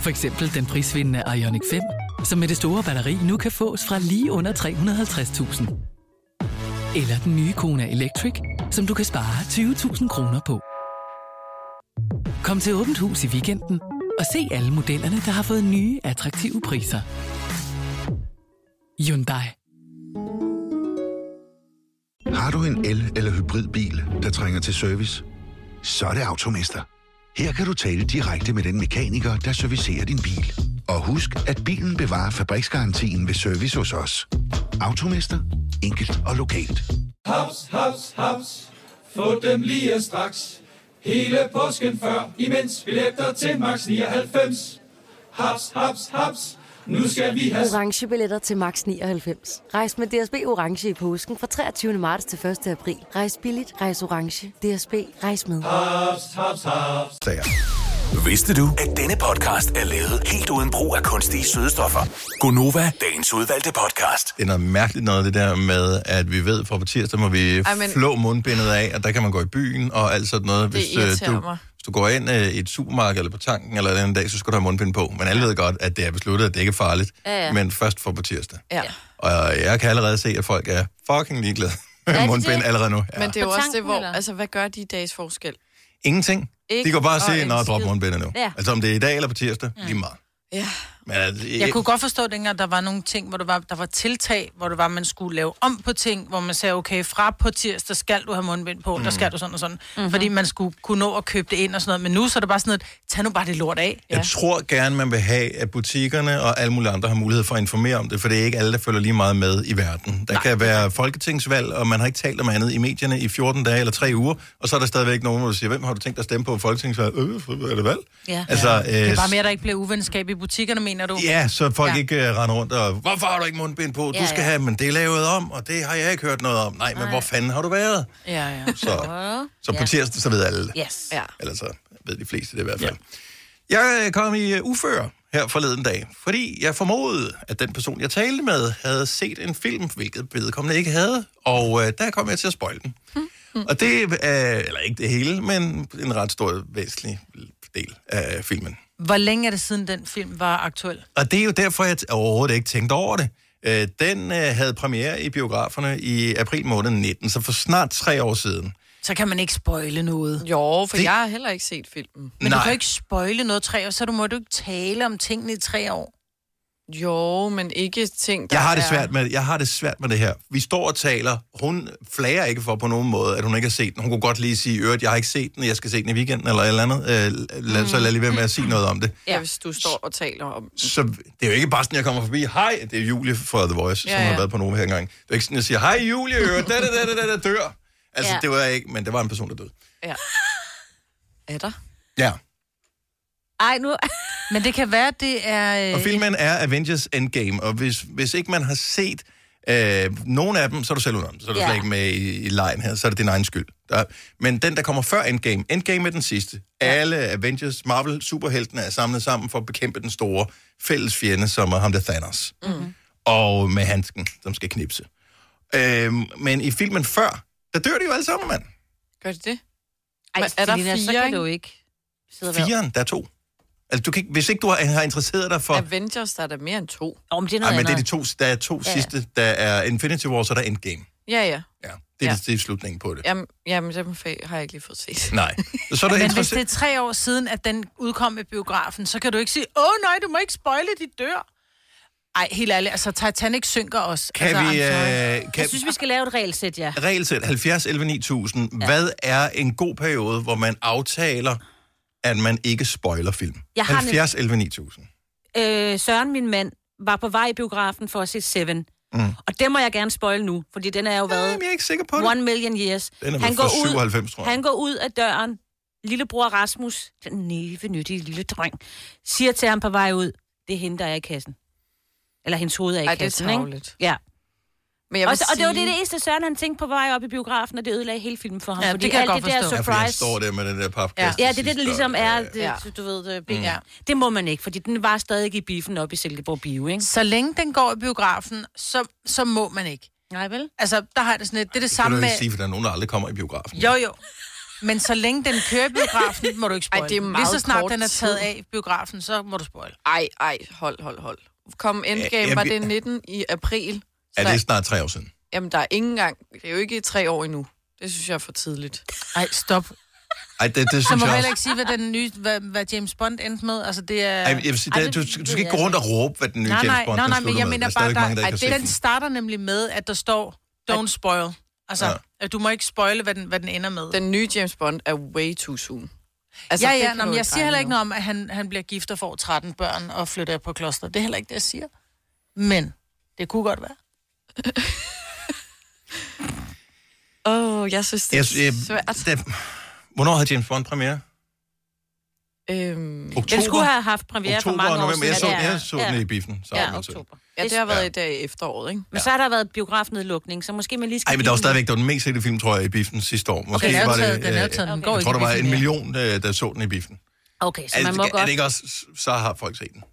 For eksempel den prisvindende Ioniq 5, som med det store batteri nu kan fås fra lige under 350.000. Eller den nye Kona Electric, som du kan spare 20.000 kroner på. Kom til Åbent Hus i weekenden og se alle modellerne, der har fået nye, attraktive priser. Hyundai.
Har du en el- eller hybridbil, der trænger til service? Så er det Automester. Her kan du tale direkte med den mekaniker, der servicerer din bil. Og husk, at bilen bevarer fabriksgarantien ved service hos os. Automester. Enkelt og lokalt.
Haps, haps, haps. Få dem lige straks. Hele påsken før, imens billetter til max 99. Haps, haps, haps. Nu skal vi have...
orange billetter til max 99. Rejs med DSB orange i påsken fra 23. marts til 1. april. Rejs billigt, rejs orange. DSB rejs med.
Ah, Haps, haps, haps.
Vidste du, at denne podcast er lavet helt uden brug af kunstige sødestoffer? Gonova, dagens udvalgte podcast.
Det er noget mærkeligt noget, det der med, at vi ved fra på tirsdag, må vi
Ej,
Ej,
men-
men... flå mundbindet af, og der kan man gå i byen og alt sådan noget.
Det
øh,
irriterer
du,
mig.
hvis du går ind øh, i et supermarked eller på tanken eller en anden dag, så skal du have mundbind på. Men alle ved godt, at det er besluttet, at det ikke er farligt,
Ja, ja.
men først fra på tirsdag.
Ja.
Og jeg kan allerede se, at folk er fucking ligeglade
Er de
med mundbind
det?
allerede nu.
Men det er jo
På
også det,
tanken,
hvor...
eller?
Altså, hvad gør de i dags forskel?
Ingenting.
Ikke
Ikke de går bare og
og
siger,
en
nå, drop
skid."
mundbindet nu.
Ja.
Altså om det er i dag eller på tirsdag, lige meget.
Ja.
Men, øh,
Jeg kunne godt forstå, at dengang der var nogle ting, hvor der var, der var tiltag, hvor det var, man skulle lave om på ting, hvor man sagde, okay, fra på tirsdag skal du have mundbind på, mm. der skal du sådan og sådan.
Mhm.
Mm-hmm. Fordi man skulle kunne nå at købe det ind og sådan noget. Men nu så er det bare sådan noget, tag nu bare det lort af.
Jeg tror gerne, man vil have, at butikkerne og alle mulige andre har mulighed for at informere om det, for det er ikke alle, der følger lige meget med i verden. Der Nej. kan være folketingsvalg, og man har ikke talt om andet i medierne i 14 dage eller 3 uger, og så er der stadigvæk nogen, der siger, hvem har du tænkt dig at stemme på folketingsvalg? Øh, for- er det valg?
Ja.
Altså,
ja. Det er
øh,
bare mere, der ikke bliver uvenskab i butikkerne, mener du?
Ja, så folk ja. ikke uh, render rundt og, hvorfor har du ikke mundbind på? Du
Ja,
skal
ja.
have, men det er lavet om, og det har jeg ikke hørt noget om. Nej, men
Nej.
hvor fanden har du været?
Ja, ja.
Så, så på
Ja.
tirsdag, så ved alle det.
Yes. Ja.
Eller så ved de fleste det i hvert fald. Ja. Jeg øh, kom i øh, uføre her forleden dag, fordi jeg formodede, at den person, jeg talte med, havde set en film, hvilket vedkommende ikke havde, og øh, der kom jeg til at spoil den. Og det er, øh, eller ikke det hele, men en ret stor, væsentlig del af filmen.
Hvor længe er det siden, den film var aktuel?
Og det er jo derfor, jeg t- overhovedet ikke tænkte over det. Øh, den øh, havde premiere i biograferne i april måned 19, så for snart tre år siden.
Så kan man ikke spoile noget.
Jo, for det... jeg har heller ikke set filmen.
Men Nej. du
Nej.
kan jo ikke spoile noget i tre år, så du må du ikke tale om tingene i tre år.
Jo, men ikke ting, der
Jeg har, det
er-
svært med, jeg har det svært med det her. Vi står og taler. Hun flager ikke for på nogen måde, at hun ikke har set den. Hun kunne godt lige sige, øvrigt, jeg har ikke set den, jeg skal se den i weekenden eller et eller andet. Øh, lad, Så lad lige være med at sige noget om det.
Ja, hvis du står og taler om...
Så det er jo ikke bare sådan, jeg kommer forbi, hej, det er Julie fra The Voice, ja,
Ja,
som har
ja.
været på Nova her engang. Det er ikke sådan, jeg siger, hej Julie, øvrigt, da, da, da, da, da, da, dør. Altså,
Ja.
ja. det var jeg ikke, men det var en person, der døde.
Ja. Er der?
Ja.
Ej, nu... Men det kan være, det er...
Og
Øh.
filmen er øh, Avengers Endgame, og hvis, hvis ikke man har set øh, nogen af dem, så er du selv udenom. Så er du
Ja.
slet ikke med i, i lejen her, så er det din egen skyld. Der, men den, der kommer før Endgame, Endgame er den sidste. Alle Avengers, Marvel, superheltene er samlet sammen for at bekæmpe den store fælles fjende, som er ham der Thanos.
Mm.
Og med handsken, som skal knipse. Øh, men i filmen før, der dør de jo alle sammen, mand.
Gør det det?
Ej,
Men er der
Selina, så
fire,
kan du
ikke?
ikke sidde og være...
Firen, der er to. Altså, du kan ikke, hvis ikke du har, har interesseret dig for...
Avengers, der er der mere end to.
Nå, men det er
Ej, men det er de to, der er to
Ja.
ja. sidste. Der er Infinity War, så er der Endgame.
Ja, ja.
Det er, ja. det er slutningen på det.
Jamen, jamen dem fa- har jeg ikke lige fået set.
Nej. Så er
Men
der
hvis det er
interessant...
tre år siden, at den udkom i biografen, så kan du ikke sige, åh nej, du må ikke spoile, de dør. Ej, helt ærligt, altså Titanic synker også.
Kan
altså,
vi,
I'm sorry.
øh, kan- Jeg synes, vi
skal lave et regelsæt, ja.
Regelsæt 70 11 9000. Ja. Hvad er en god periode, hvor man aftaler, at man ikke spoiler film?
Jeg har
70 11 9000.
Øh, Søren, min mand, var på vej i biografen for at se Seven.
Mm.
Og det må jeg gerne spoil nu, fordi den er jo været... Jamen,
jeg er ikke sikker på
det. One million years.
Den er vel fra 97, tror jeg.
Han går ud af døren. Lillebror Rasmus, den nævenyttige lille dreng, siger til ham på vej ud, det er hende, der er i kassen. Eller hendes hoved er i
Ej, det er
kassen,
tarveligt.
Ja.
Men
og, så, og det var det, det eneste Søren, han tænkte på vej op i biografen, og det ødelagde hele filmen for ham.
Ja,
fordi
det kan jeg
alt
godt
det der
forstå.
Ja, fordi han
surprise...
står der med den der
Ja,
papkast.
ja det er det, der ligesom er, det,
Ja.
du ved, det,
Mm.
mm. ja. det må man ikke, fordi den var stadig i biffen op i Silkeborg Bio, ikke?
Så længe den går i biografen, så, så må man ikke.
Nej, vel?
Altså, der har jeg det sådan lidt. Det er det
Kan du
samme
ikke
med...
sige, for der er nogen, der aldrig kommer i biografen.
Jo, jo. Men så længe den kører i biografen, må du ikke
Ej,
spoil.
det er
den.
meget
Lige så snart
kort
den er taget
tid.
af i biografen, så må du spoil.
Ej, ej, hold, hold, hold. Kom Endgame,
Ja,
ja,
jeg
var
bliver-
det 19 i april?
Ja, det er snart tre år siden.
Jamen, der er ingen gang. Det er jo ikke tre år endnu. Det synes jeg er for tidligt.
Ej, stop.
Ej, det, det
Så
synes
må
jeg
man
også.
heller ikke sige, hvad, den nye, hvad, hvad James Bond endte med. Altså, det er...
Ej, jeg vil sige,
Ej,
der,
det
du, du skal
ved
ikke
jeg
gå rundt og råbe, hvad den nye
nej,
James
nej,
Bond
nej, nej,
slutter
men jeg
med. Altså,
mener
Der
bare,
er stadig mange, der
der,
ikke
at
har set
den starter nemlig med, at der står, don't spoil. Altså,
Ja.
at du må ikke spoile, hvad den, hvad den ender med.
Den nye James Bond er way too soon.
Altså, ja,
det
ja,
kan
nå,
du
men jeg siger
regne
heller ikke
med.
noget om, at han, han bliver gift og får 13 børn og flytter på kloster. Det er heller ikke det, jeg siger. Men det kunne godt være.
Åh, oh, jeg synes, det
Jeg
er
synes, jeg-
svært.
Det, hvornår havde James Bond premiere?
Øhm,
Oktober. Den skulle have
haft
premiere for Oktober, mange år november. siden. Jeg så- Ja, det er- jeg så den ja. i biffen sammen
Ja,
med til.
oktober.
Ja, det har været i dag i efteråret, ikke?
Men så har der været biografnedlukning, så måske man lige skal...
Ej, men
give
der var
den-
stadigvæk det var den mest sette film, tror jeg, i biffen sidste år. Måske
den er
var
optaget,
det,
den er optaget, den
øh,
går
jeg
ikke
tror,
i
der var
biffen,
en
ja.
million, øh, der så den i biffen.
Okay, så
er,
man må
det, er
godt...
det ikke også, så har folk set den.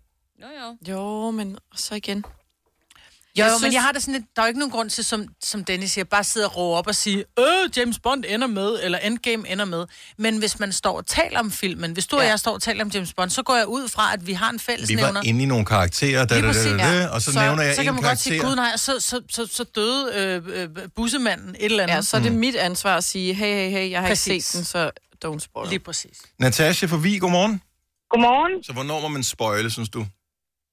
Jo, jo.
Jo, men så igen.
Jo,
Jeg
jo, men
synes-
jeg har det sådan lidt, der er jo ikke nogen grund til, som, som Dennis siger, bare sidde og råbe op og sige, øh, James Bond ender med, eller Endgame ender med. Men hvis man står og taler om filmen, hvis du ja. og jeg står og taler om James Bond, så går jeg ud fra, at vi har en fælles
Vi var inde i nogle karakterer, da, da,
Lige
da, da,
præcis,
da,
ja.
og så, nævner jeg
så kan
en
man godt sige, gud
karakter.
nej, så, så, så, så døde øh, øh, bussemanden et eller andet.
Ja, så er det
Mm.
mit ansvar at sige, hey, hey, hey, jeg har præcis. ikke
Præcis.
set den, så don't spoil.
Lige præcis.
Natasha fra Vig, godmorgen.
Godmorgen.
Så hvornår må man spoile, synes du?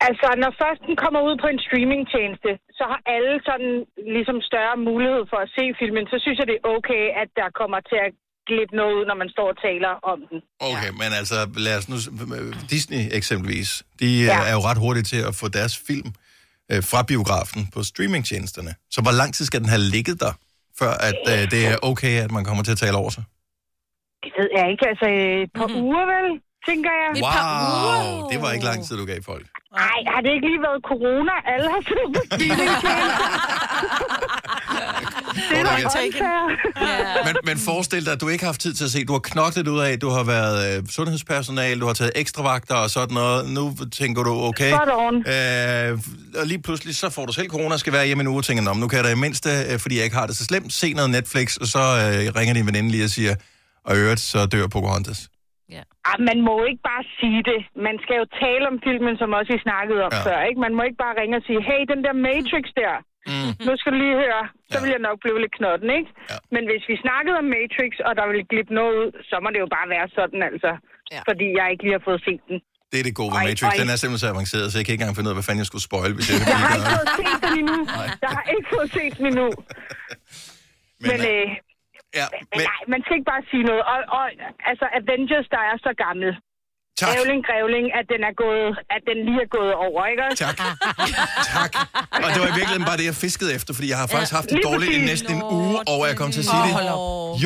Altså, når først den kommer ud på en streamingtjeneste, så har alle sådan ligesom større mulighed for at se filmen. Så synes jeg, det er okay, at der kommer til at glippe noget ud, når man står og taler om den.
Okay, ja. men altså, lad os nu... s- øh, Disney eksempelvis, de
Ja.
ja. er jo ret hurtige til at få deres film øh, fra biografen på streamingtjenesterne. Så hvor lang tid skal den have ligget der, før at øh, det er okay, at man kommer til at tale over sig?
Det ved jeg ikke. Altså, et par mm-hmm. uger vel, tænker jeg.
Wow, det var ikke lang tid, du gav folk.
Nej, har det ikke lige været corona? Alle har siddet på streamingtjenester. det er da
Godt, ikke?
åndssvagt.
Men, men forestil dig, at du ikke har haft tid til at se. Du har knoklet ud af, du har været øh, sundhedspersonal, du har taget ekstra vagter og sådan noget. Nu tænker du, okay.
Spot
Øh, og lige pludselig, så får du selv corona, skal være hjemme en uge og tænker, "Nå, men nu kan jeg da i mindste, øh, fordi jeg ikke har det så slemt, se noget Netflix, og så øh, ringer din veninde lige og siger, og i øvrigt, så dør Pocahontas.
Ah, man må ikke bare sige det. Man skal jo tale om filmen, som også I snakkede om ja. før. Ikke? Man må ikke bare ringe og sige, hey, den der Matrix der, mm. nu skal du lige høre. Så ja. vil jeg nok blive lidt knotten, ikke? Ja. Men hvis vi snakkede om Matrix, og der ville glippe noget ud, så må det jo bare være sådan, altså. Ja. Fordi jeg ikke lige har fået set den.
Det er det gode ved
Ej,
Matrix.
ej.
Den er simpelthen så avanceret, så jeg kan ikke engang finde ud af, hvad fanden jeg skulle spoil, hvis jeg
Jeg har ikke fået set den endnu. Jeg har ikke fået set den endnu.
Men,
Men, øh,
ja,
men nej, man skal ikke bare sige noget. Og, og altså, Avengers, der er så gammel.
Tak.
Grævling, grævling, at den, er gået, at den lige er gået over, ikke også?
Tak. Og det var i virkeligheden bare det, jeg fiskede efter, fordi jeg har faktisk
Ja.
haft det
Lige
dårligt i
præcis.
næsten en uge, og jeg kom til at sige det.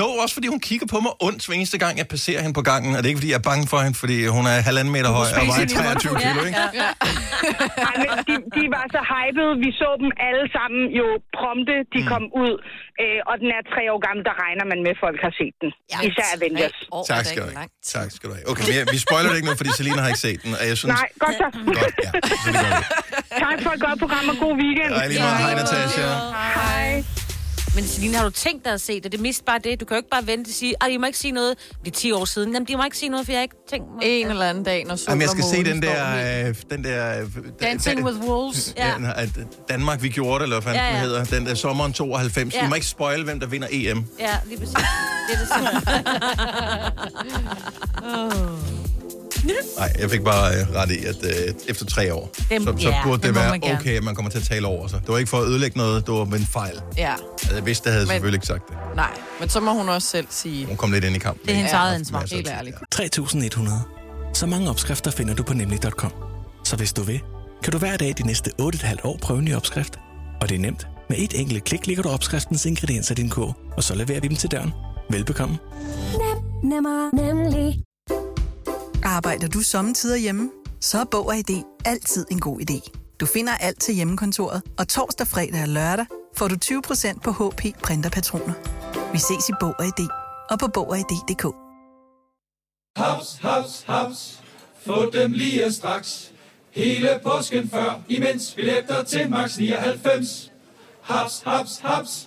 Jo, også fordi hun kigger på mig ondt hver eneste gang, jeg passerer hende på gangen, og det er ikke, fordi jeg er bange for hende, fordi hun er halvanden meter høj og vejer 23 kilo, ikke?
Ja. Ej, men de, de var så hypede. Vi så dem alle sammen jo prompte. De mm. kom ud, øh, og den er tre år gammel. Der regner man med, at folk har set den. Ja, Især Avengers.
Tak skal du have. Tak skal du have. Okay, men jeg, vi spoiler det ikke nu, fordi Selina har ikke set den, og jeg synes...
Nej, godt så.
Godt, ja.
tak for et godt program, og god weekend.
Ej, lige meget. Hej, Natasha.
Hej. Men Selina, har du tænkt dig at se det? Det er mest bare det. Du kan jo ikke bare vente og sige, at I må ikke sige noget. Det er 10 år siden. Jamen, de må ikke sige noget, for jeg har ikke tænkt mig.
En eller anden dag, når
Jamen, jeg skal se den der... Øh, den der øh,
Dancing with Wolves.
Ja. den- at Danmark, vi gjorde det, eller hvad fanden
Ja,
ja,
ja.
ja. hedder. Den der sommeren 92. Ja.
Ja.
Vi må ikke spoil, hvem der vinder E EM.
Ja, lige præcis. Det er det samme.
Nej, jeg fik bare øh, ret i, at øh, efter tre år,
Dem-
Dem, så, så
ja,
burde
det
det
må
være
man gerne.
okay, at man kommer til at tale over sig. Det var ikke for at ødelægge noget, det var med en fejl.
Ja,
Altså, jeg vidste, det havde jeg
Men-
selvfølgelig ikke sagt det.
nej. Men så må hun også selv sige...
Hun kom lidt ind i kampen.
Det er hendes
Ja.
eget ansvar.
Masser af
Helt
tid.
ærligt.
3.100. Så mange opskrifter finder du på nemlig.com. Så hvis du vil, kan du hver dag de næste 8,5 år prøve en ny opskrift. Og det er nemt. Med et enkelt klik ligger du opskriftens ingredienser i din kog, og så leverer vi dem til døren. Velbekomme.
Nem, nemmer, nemlig. Arbejder du sommetider hjemme? Så er Bog og ID altid en god idé. Du finder alt til hjemmekontoret, og torsdag, fredag og lørdag får du 20% på HP printerpatroner. Vi ses i Bog og ID og på Bog og ID.dk.
Haps, haps, haps. Få dem lige straks. Hele påsken før, imens billetter til max 99. Haps, haps, haps.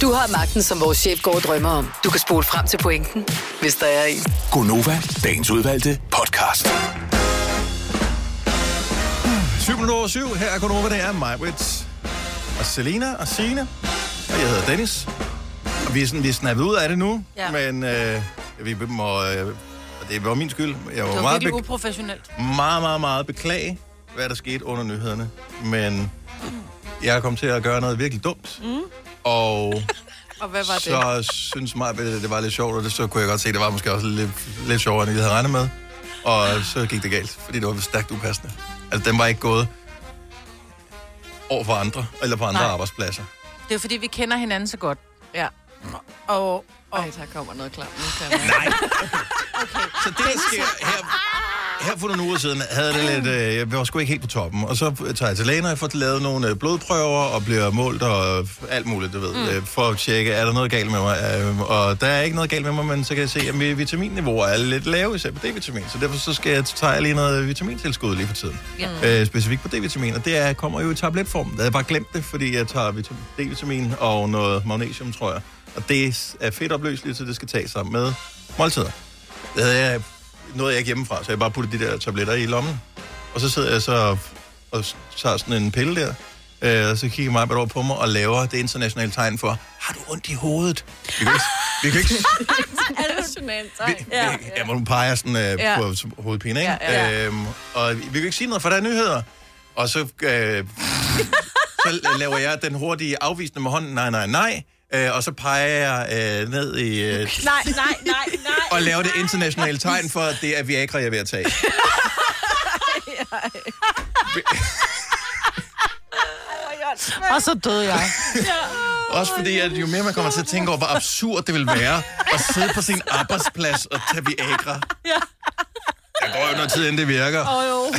Du har magten, som vores chef går og drømmer om. Du kan spole frem til pointen, hvis der er en.
Gonova, dagens udvalgte podcast.
7 minutter over 7. Her er kun over, det er mig, Brits, og Selina og Signe. Og jeg hedder Dennis. Og vi er, sådan, vi er snappet ud af det nu,
Ja.
ja. men øh, vi må... Øh, og det var min skyld. Jeg var,
Det
var
var
meget,
virkelig
be-
uprofessionelt.
meget, meget, meget beklage, hvad der skete under nyhederne. Men jeg er kommet til at gøre noget virkelig dumt.
Mm.
Og
Og hvad var det?
så synes mig, at det var lidt sjovt, og det så kunne jeg godt se, at det var måske også lidt, lidt sjovere, end jeg havde regnet med. Og så gik det galt, fordi det var stærkt upassende. Altså, den var ikke gået over for andre, eller på andre
Nej.
Nej. arbejdspladser.
Det er fordi, vi kender hinanden så godt.
Ja.
Og, og...
Ej, der kommer noget klart. Nu kan jeg-
Så det, der sker her... Her for nogle uger siden havde det lidt, øh, jeg var sgu ikke helt på toppen. Og så tager jeg til lægen, og jeg får lavet nogle øh, blodprøver, og bliver målt og alt muligt, du ved,
Mm.
mm. øh, for at tjekke, er der noget galt med mig. Øh, og der er ikke noget galt med mig, men så kan jeg se, at mine vitaminniveauer er lidt lave, især på D-vitamin. Så derfor så skal jeg tage lige noget vitamintilskud lige for tiden.
Ja.
Øh, specifikt på D-vitamin, og det er, kommer jo i tabletform. Jeg havde bare glemt det, fordi jeg tager vitam- D-vitamin og noget magnesium, tror jeg. Og det er fedtopløseligt, så det skal tages sammen med måltider. Det havde jeg noget, jeg ikke hjemmefra, så jeg bare puttede de der tabletter i lommen. Og så sidder jeg så og, og tager sådan en pille der, øh, og så kigger mig over på mig og laver det internationale tegn for, har du ondt i hovedet? Vi kan ikke, vi kan ikke
er det sådan Ja.
Ja, hvor hun peger sådan øh,
Ja.
ja. på som hovedpine, ikke?
Ja, ja.
Øhm, og vi vi kan ikke sige noget, for der er nyheder. Og så, øh, så laver jeg den hurtige afvisende med hånden, nej, nej, nej. Øh, og så peger jeg øh, ned i... Øh,
Nej, nej, nej, nej.
og laver det internationale tegn for, at det er Viagra, jeg er ved at tage.
Og så døde jeg.
Også fordi, at jo mere man kommer til at tænke over, hvor absurd det vil være at sidde på sin arbejdsplads og tage Viagra.
Ja.
Der går jo noget tid, inden det virker.
Åh, jo.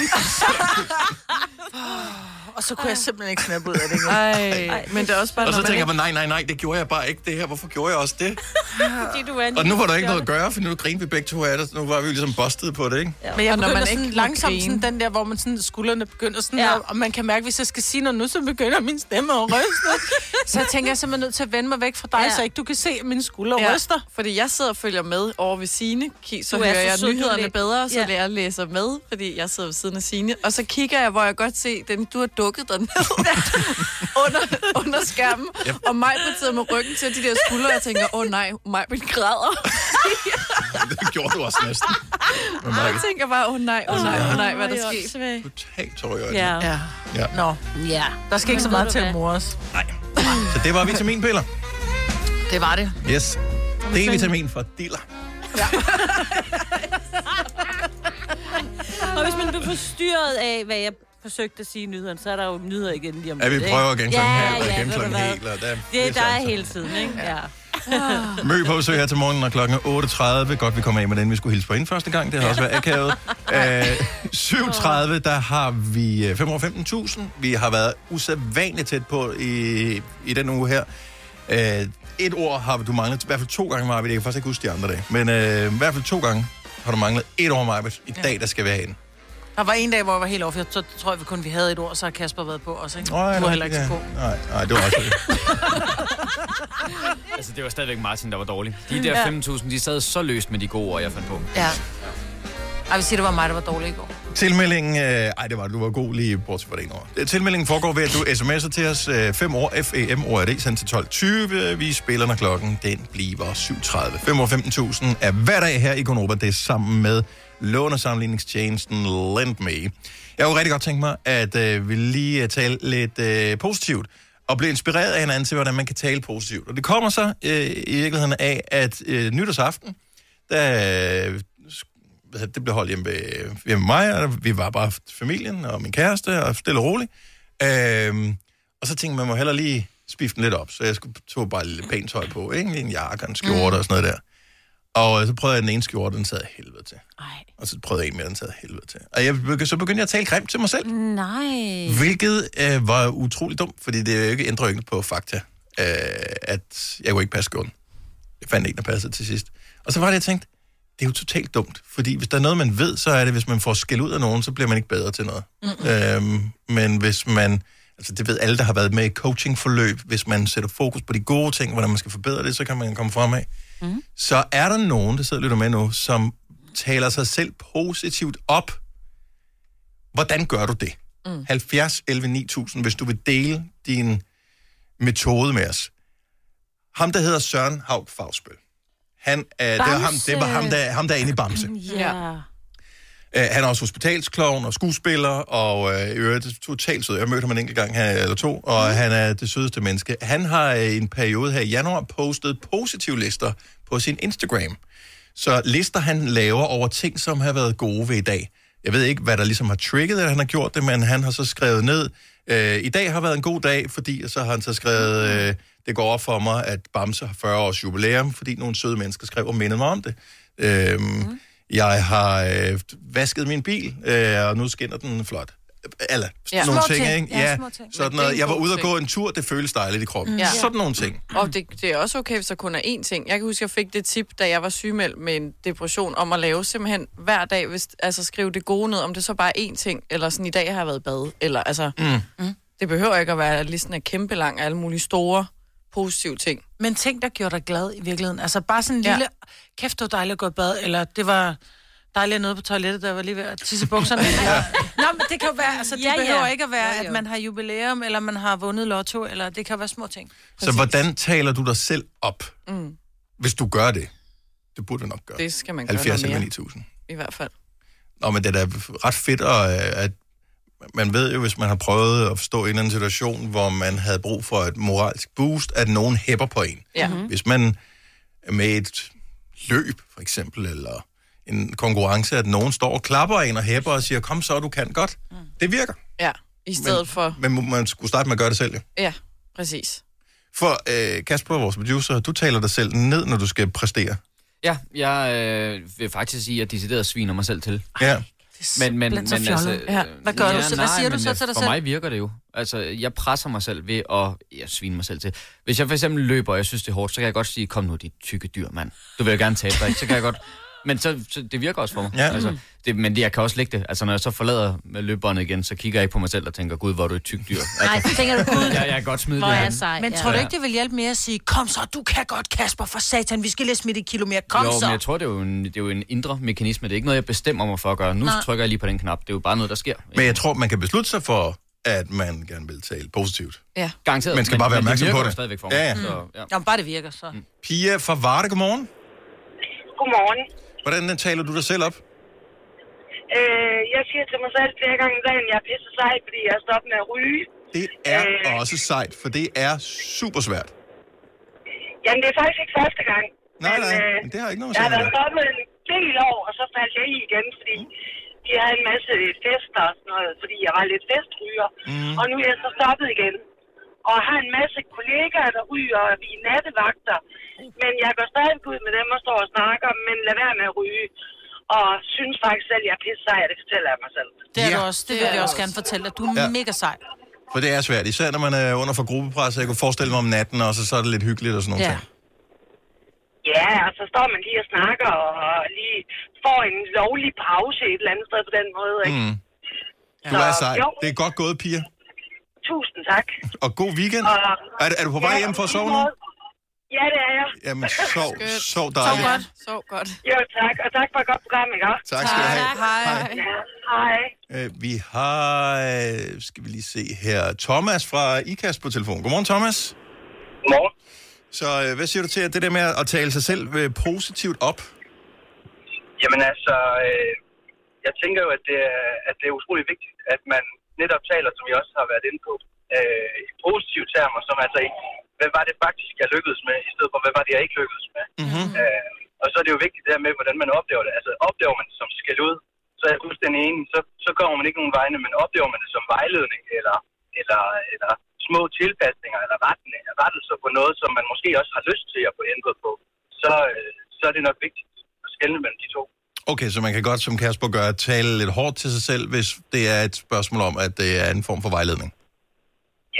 Og så kunne jeg simpelthen ikke snappe ud af det igen.
Ej, men det er også bare,
Og så
når man
tænker
ikke...
man, nej, nej, nej, det gjorde jeg bare ikke det her. Hvorfor gjorde jeg også det?
Fordi du er en
Og nu var der
lille
ikke noget at
fjol.
gøre, for nu grinte vi begge to af det. så Nu var vi jo ligesom bustet på det, ikke?
Men jeg
Og når
begynder
man
sådan
ikke må
langsomt
grine.
sådan den der, hvor man sådan, skuldrene begynder sådan ja. der, og man kan mærke, hvis jeg skal sige noget nu, så begynder min stemme at ryste. så jeg tænker, jeg er simpelthen nødt til at vende mig væk fra dig, ja.
Ja.
så ikke du kan se, at mine skuldre
Ja,
ja. ryster.
fordi jeg sidder og følger med over ved Signe, Ki- så
Du er
hører
så
jeg
sød, du læ-
nyhederne bedre, så
Ja.
ja. jeg læser med, fordi jeg sidder ved siden af Signe. Og så kigger jeg, hvor jeg godt se, den du har dukket dig ned under, under skærmen.
Yep.
Og mig sidder med ryggen til de der skuldre, og jeg tænker, åh oh, nej, mig græder.
Det gjorde du også næsten. Men
Og
Maja,
jeg tænker bare, åh oh, nej, åh oh, nej, åh oh, nej, hvad er
Åh,
der
det er
skete.
Totalt tårer i øjnene.
Ja.
Ja.
ja.
Nå.
Ja.
Der skal ikke så
Men ved
meget
du
til at
hvad?
more os.
Så det var vitaminpiller.
Det var det.
Yes. D-vitamin fra diller.
Og hvis man bliver forstyrret af, hvad jeg forsøgte at sige i nyhederne, så er der jo nyheder igen lige om
Ja, vi
lidt,
prøver
ikke?
igen klokken halv, og
ja,
igen
ved du
klokken
hvad?
hel, og der er
Det er
lidt
dig
langsomt.
hele tiden, ikke? Ja.
Mø på besøg her til morgen, og klokken er 8.30. Godt, vi kommer af med den, vi skulle hilse på inden første gang. Det har også været akavet. Æh, 7.30, der har vi øh, 5 over 15.000. Vi har været usædvanligt tæt på i, i den uge her. Æh, et ord har du manglet, i hvert fald to gange, Marvitt. Jeg kan faktisk ikke huske de andre dage. Men øh, i hvert fald to gange har du manglet et år, Marvitt. I dag, der skal være en.
Der var en dag, hvor jeg var helt off. Jeg så tror jeg, vi kun vi havde et ord, så har Kasper været på os, ikke?
Åh,
du
nej,
var heller ikke
ja.
så god.
Nej, nej, det var også det.
Altså, det var stadigvæk Martin, der var dårlig.
Mm,
De der
Ja.
5.000, de sad så løst med de gode ord, jeg fandt på.
Ja. Jeg vil sige, det var mig, der var dårlig i går.
Tilmeldingen, øh, ej det var, du var god lige bortset fra det ene år. Tilmeldingen foregår ved, at du sms'er til os øh, 5 år FEM ORD, sendt til 12.20. Vi spiller, når klokken den bliver 7.30. 5 år 15.000 er hver dag her i Konoba. Det er sammen med lånesamligningstjenesten LendMe. Jeg kunne rigtig godt tænke mig, at øh, vi lige øh, tale lidt øh, positivt og blive inspireret af hinanden til, hvordan man kan tale positivt. Og det kommer så øh, i virkeligheden af, at øh, nytårsaften, der øh, hvad hedder det det blev holdt hjemme ved, hjemme ved mig, og vi var bare familien og min kæreste, og stille og roligt. Øhm, og så tænkte man, man må hellere lige spifte den lidt op, så jeg skulle, tog bare lidt pænt tøj på, ikke? Lige en jakke og en skjorte mm. og sådan noget der. Og øh, så prøvede jeg den ene skjorte, den sad af helvede til. Ej. Og så prøvede jeg en mere, den sad af helvede til. Og jeg, begy- så begyndte jeg at tale grimt til mig selv,
Nej.
hvilket øh, var utrolig dumt, fordi det er jo ikke ændrer jo ikke på fakta, øh, at jeg kunne ikke passe skjorten. Jeg fandt en, der passede til sidst. Og så var det, jeg tænkte, det er jo totalt dumt, fordi hvis der er noget, man ved, så er det, hvis man får skæld ud af nogen, så bliver man ikke bedre til noget. Mm-hmm. Øhm, men hvis man, altså det ved alle, der har været med i coachingforløb, hvis man sætter fokus på de gode ting, hvordan man skal forbedre det, så kan man komme fremad. Mm. Så er der nogen, der sidder og lytter med nu, som taler sig selv positivt op. Hvordan gør du det? Mm. 70 11 9000, hvis du vil dele din metode med os. Ham, der hedder Søren Haug Fagsbøl. Han, øh, det, var ham, det var ham, der, ham der er inde i Bamse.
Ja.
Øh, han er også hospitalsklovn og skuespiller, og øh, i øvrigt totalt sød. Jeg mødte ham en enkelt gang her, eller to, og mm. han er det sødeste menneske. Han har øh, i en periode her i januar postet positive lister på sin Instagram. Så lister, han laver over ting, som har været gode ved i dag. Jeg ved ikke, hvad der ligesom har trigget, at han har gjort det, men han har så skrevet ned, øh, i dag har været en god dag, fordi og så har han så skrevet, øh, det går op for mig, at Bamse har 40 års jubilæum, fordi nogle søde mennesker skrev og mindede mig om det. Øh, mm. Jeg har øh, vasket min bil, øh, og nu skinner den flot. Eller ja.
Ja.
nogle
Små
ting,
ting.
ikke?
Ja,
Ja,
små ting. Men
sådan
det er
noget.
en
Jeg var
god
ude og
ting.
gå en tur, det føles dejligt i kroppen.
Mm.
Ja.
Ja.
Sådan nogle ting.
Og det, det er også okay, hvis der kun er én ting. Jeg kan huske, jeg fik det tip, da jeg var sygemeldt med en depression, om at lave simpelthen hver dag, hvis, altså skrive det gode ned, om det så bare er én ting, eller sådan, i dag har jeg været i bad, eller altså,
Mm.
mm. det behøver ikke at være, at listen er kæmpe lang af alle mulige store, positive ting.
Men ting, der gjorde dig glad i virkeligheden. Altså bare sådan en lille, kæft, det var dejligt at gå i bad, eller det var dejligt at nåede på toilettet, der var lige ved at tisse i bukserne. ja. Nå, men det kan jo være, altså det
Ja,
ja,
ja.
behøver ikke at være,
Jo, jo.
at man har jubilæum, eller man har vundet lotto, eller det kan være små ting.
Så hvordan taler du dig selv op,
Mm.
hvis du gør det? Det burde vi nok gøre.
Det skal man gøre
70
noget
eller
mere.
9000.
I hvert fald.
Nå, men det er da ret fedt, og, øh, at man ved jo, hvis man har prøvet at stå i en eller anden situation, hvor man havde brug for et moralsk boost, at nogen hæpper på en.
Ja. Mm.
Hvis man er med i et løb, for eksempel, eller en konkurrence, at nogen står og klapper en og hæpper og siger, kom så, du kan godt. Mm. Det virker.
Ja, i stedet
men,
men... for...
Men må- man skulle starte med at gøre det selv, jo.
Ja, præcis.
For øh, Kasper, vores producer, du taler dig selv ned, når du skal præstere.
Ja, jeg øh, vil faktisk sige, at jeg decideret sviner mig selv til.
Ja.
Men, men, men
simpelthen så
altså,
fjollet. Ja. Hvad gør du så? Hvad siger du
men
så
jeg-
til dig
For
selv?
mig virker det jo. Altså, jeg presser mig selv ved at jeg sviner mig selv til. Hvis jeg for eksempel løber, og jeg synes, det er hårdt, så kan jeg godt sige, kom nu, dit tykke dyr, mand. Du vil jo gerne tabe dig, ikke? Så kan jeg godt... Men så, så det virker også for mig.
Ja.
Altså, det, men det, jeg kan også lægge det. Altså, når jeg så forlader med løbebåndet igen, så kigger jeg ikke på mig selv og tænker, gud, hvor er du et tykt dyr. Altså,
Nej, så tænker du, "Gud,
jeg, jeg kan godt smide
hvor
det
er
her.
jeg sej."
Men
Ja.
tror du
Ja.
ikke, det vil hjælpe mere at sige, kom så, du kan godt, Kasper, for satan, vi skal lige smide et kilo mere, kom
jo,
så.
men jeg tror, det er, jo en, det er jo en indre mekanisme. Det er ikke noget, jeg bestemmer mig for at gøre. Nu
Nej.
Nej. trykker jeg lige på den knap. Det er jo bare noget, der sker.
Men jeg tror, man kan beslutte sig for, at man gerne vil tale positivt.
Ja.
Garanteret.
Man skal bare være opmærksom
men
på
virker
det.
jo stadigvæk for mig.
Ja, ja.
Så, ja.
Jamen, bare det virker, så. Mm.
Pia fra Varde, godmorgen.
Godmorgen.
Hvordan taler du dig selv op?
Øh, jeg siger til mig selv flere gange om dagen, at jeg er pisse sej, fordi jeg er stoppet med at ryge.
Det er også sejt, for det er super svært.
Jamen, det er faktisk ikke første gang.
Nej, nej,
øh,
men det har ikke noget med
Jeg har
sagen at
været stoppet en del år, og så faldt jeg i igen, fordi
Mm.
de havde en masse fester og sådan noget, fordi jeg var lidt festryger.
Mm.
Og nu er jeg så stoppet igen. Og har en masse kollegaer, der ryger, og vi er nattevagter.
Uh.
Men jeg går stadig ud med dem og står og snakker, men lad være med at ryge. Og synes faktisk selv, jeg er pisse sej, og det fortæller jeg mig selv.
Det er ja. du også. Det vil jeg også gerne fortælle dig. Du er
Ja.
ja. mega sej.
For det er svært, især når man er under for gruppepres. Jeg kunne forestille mig om natten, og så, så er det lidt hyggeligt og sådan noget.
Ja.
Ja.
Ja, og så står man lige og snakker, og lige får en lovlig pause et eller andet sted på den måde, ikke?
Mm. Du
Så,
er sej.
Jo,
Det er godt gået, Pia.
tusind tak.
Og god weekend.
Og,
Er, er du på vej hjem for at sove nu?
Ja, det er jeg.
Jamen, sov,
Skønt.
sov dejligt.
Sov godt. Jo, tak. Og tak for et godt program, ikke? også?
Tak skal du have.
Hej. Ja, hej.
Øh, Vi har, øh, skal vi lige se her, Thomas fra IKAST på telefon. Godmorgen, Thomas.
Godmorgen.
Så øh, hvad siger du til at det der med at tale sig selv øh, positivt op?
Jamen altså, øh, jeg tænker jo, at det, er, at det er utrolig vigtigt, at man netop taler, som jeg også har været inde på, øh, i positive termer, som altså i, hvad var det faktisk, jeg lykkedes med, i stedet for, hvad var det, jeg ikke lykkedes med.
Mm-hmm.
Øh, og så er det jo vigtigt det her med, hvordan man oplever det. Altså, oplever man det som skal ud, så er jeg fuldstændig enig, så, så kommer man ikke nogen vegne, men oplever man det som vejledning, eller, eller, eller små tilpasninger, eller retning, rettelser på noget, som man måske også har lyst til at få ændret på, så, øh, så er det nok vigtigt at skelne mellem de to.
Okay, så man kan godt, som Kasper gør, tale lidt hårdt til sig selv, hvis det er et spørgsmål om, at det er en form for vejledning.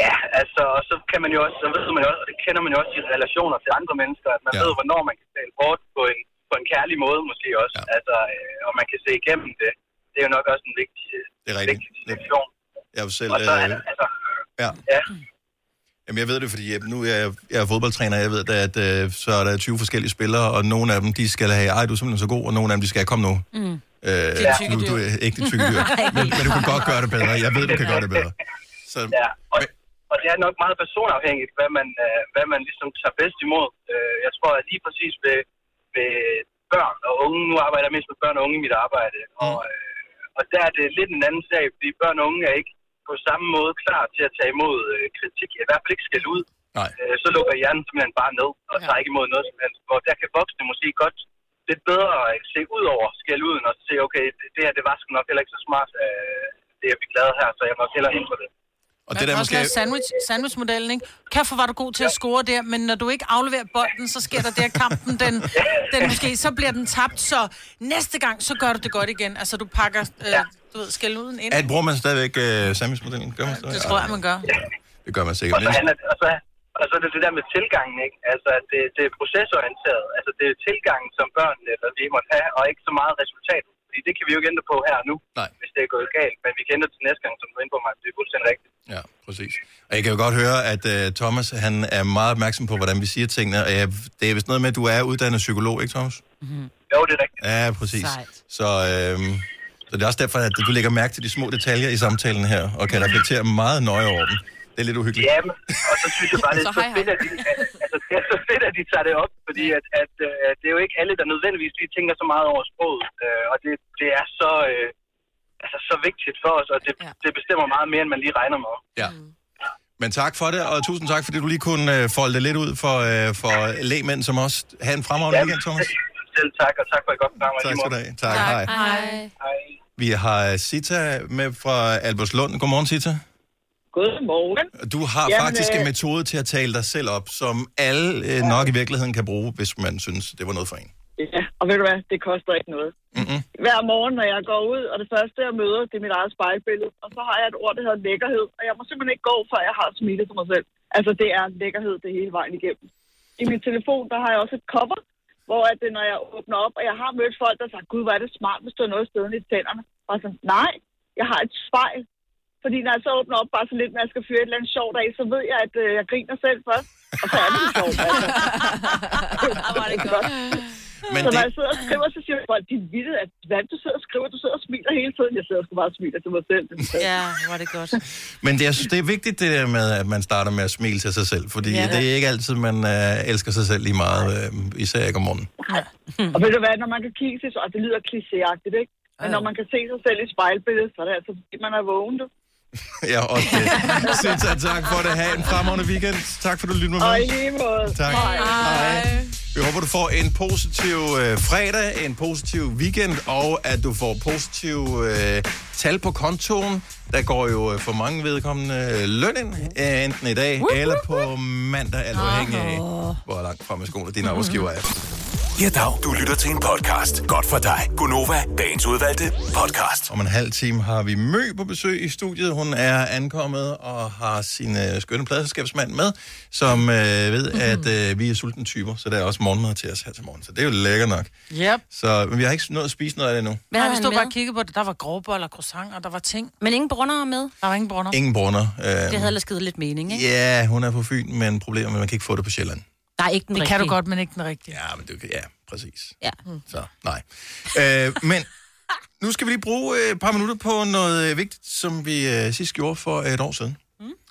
Ja, altså, og så kan man jo også, så ved man jo også, det kender man jo også i relationer til andre mennesker, at man ja. ved, hvornår man kan tale hårdt på en, på en kærlig måde måske også, ja. altså, øh, og man kan se igennem det. Det er jo nok også en vigtig,
Det er rigtigt.
vigtig distinktion.
Jeg vil selv...
Og så er
Øh,
det, altså,
ja.
ja.
Jamen, jeg ved det, fordi jeg, nu er jeg, jeg er fodboldtræner, jeg ved da, at øh, så er der 20 forskellige spillere, og nogle af dem, de skal have, ej, du er simpelthen så god, og nogle af dem, de skal have, kom nu.
Mm.
Øh,
tykke
du, du er
dyr.
ikke det tykke dyr.
Nej.
men, men du kan godt gøre det bedre. Jeg ved, du kan gøre det bedre. Så,
ja. Og, og det er nok meget personafhængigt, hvad man, øh, hvad man ligesom tager bedst imod. Øh, jeg tror, at lige præcis ved, ved børn og unge, nu arbejder jeg mest med børn og unge i mit arbejde, og, øh, og der er det lidt en anden sag, fordi børn og unge er ikke på samme måde klar til at tage imod øh, kritik, i hvert fald ikke skal ud.
Nej.
Øh, så lukker hjernen simpelthen bare ned og ja. tager ikke imod noget som helst. Hvor der kan voksne måske godt lidt bedre øh, se ud over skælduden og se, okay, det- det her, det var sgu nok heller ikke så smart, øh, det jeg fik lavet her, så jeg må også hellere ændre det.
Og
det der måske... sandwich, sandwichmodellen, ikke? Kaffer var du god til at score der, men når du ikke afleverer bolden, så sker der det, at kampen, den, den måske, så bliver den tabt, så næste gang, så gør du det godt igen. Altså, du pakker, øh, du ved, skælduden ind.
At bruger man stadigvæk øh, sandwichmodellen? Gør man stadigvæk?
Det tror jeg, man gør.
Det gør man
Og
sikkert.
så,
Men,
handler, og, så, og så er det det der med tilgangen, ikke? Altså, at det, det er procesorienteret. Altså, det er tilgangen, som børn eller vi måtte have, og ikke så meget resultatet. Fordi det kan vi jo ikke ændre på her og nu,
Nej.
hvis det er gået galt. Men vi kan ændre til næste gang, som du er inde på mig. Det er fuldstændig rigtigt.
ja, præcis. Og jeg kan jo godt høre, at øh, Thomas, han er meget opmærksom på, hvordan vi siger tingene. Og jeg, det er vist noget med, at du er uddannet psykolog, ikke Thomas?
Jo, det er rigtigt.
Ja, præcis.
Sejt.
Så, øh, så det er også derfor, at du lægger mærke til de små detaljer i samtalen her, og kan reflektere meget nøje over dem. Det er lidt uhyggeligt.
Ja, men, og så synes jeg bare, det er så fedt, at de, altså, det er så fedt, at de tager det op, fordi at, at, øh, det er jo ikke alle, der nødvendigvis lige tænker så meget over sproget, øh, og det, det er så, øh, altså, så vigtigt for os, og det, ja. det bestemmer meget mere, end man lige regner med.
Ja. Men tak for det, og tusind tak, fordi du lige kunne øh, folde det lidt ud for, øh, for lægmænd som os. Ha' en fremragende weekend, Thomas.
Selv tak, og tak for et godt program. og i
Tak
lige
skal du
måde.
have. Tak, hej. Vi har øh, Sita med fra Albertslund. Godmorgen, Sita.
Godmorgen.
Du har Jamen,
Jamen,
faktisk
øh,
en metode til at tale dig selv op, som alle øh, nok i virkeligheden kan bruge, hvis man synes, det var noget for en.
Ja,
Og ved du hvad, det koster ikke noget.
Mm-hmm.
Hver morgen, når jeg går ud, og det første, jeg møder, det er mit eget spejlbillede. Og så har jeg et ord, der hedder lækkerhed, og jeg må simpelthen ikke gå, før jeg har smilet til mig selv. Altså, det er lækkerhed det hele vejen igennem. I min telefon, der har jeg også et cover, hvor at, øh, når jeg åbner op, og jeg har mødt folk, der siger, gud, hvor er det smart, hvis du har noget stående i tænderne. Og jeg sådan, nej, jeg har et spejl. Fordi når jeg så åbner op bare så lidt, når jeg skal fyre et eller andet sjovt af, så ved jeg, at øh, jeg griner selv først. Og så er det jo sjovt. Altså. det er godt.
Men
Men så når jeg sidder og skriver, så siger folk, de vilde, at hvad du sidder og skriver, du sidder og smiler hele tiden. Jeg sidder sgu bare og smiler til mig selv.
Ja, hvor er det godt.
Men det, jeg synes, det er vigtigt, det der med, at man starter med at smile til sig selv, fordi
Ja.
ja. det er ikke altid, man øh, elsker sig selv lige meget, øh, især ikke om morgenen.
og ved du hvad, når man kan kigge til sig, og det lyder klichéagtigt, ikke? Men når man kan se sig selv i spejlbilledet, så er det altså, fordi man er vågen, du.
Ja, og det. Sindsat, tak for det. Ha' en fremragende weekend. Tak for, at du lyttede med
Og
mig.
i lige måde.
Tak. Hej. Vi håber, du får en positiv øh, fredag, en positiv weekend, og at du får positive øh, tal på kontoen. Der går jo øh, for mange vedkommende øh, løn ind, øh, enten i dag eller på mandag, alt afhængig af, hvor langt frem i skolen din arbejdsgiver er.
Ja, dag. Du lytter til en podcast. Godt for dig. Gunova, dagens udvalgte podcast.
Om en halv time har vi Mø på besøg i studiet. Hun er ankommet og har sin øh, skønne pladselskabsmand med, som øh, ved, at øh, vi er sultne typer, så der er også morgenmad til os her til morgen. Så det er jo lækker nok.
Yep.
Så, men vi har ikke nået at spise noget af det endnu.
Hvad Nej, vi
han
stod
med?
bare og kiggede på det. Der var grovboller, croissanter, der var ting.
Men ingen brunner med?
Der var ingen brunner.
Ingen brunner. Øh,
Det havde ellers givet lidt mening, ikke?
Ja, hun er på Fyn, men problemet er, at man kan ikke få det på Sjælland.
Der er ikke den
Det
rigtige.
kan du godt, men ikke den rigtige.
Ja, men det, ja præcis.
Ja.
Så nej. Øh, men nu skal vi lige bruge øh, et par minutter på noget øh, vigtigt, som vi øh, sidst gjorde for et år siden.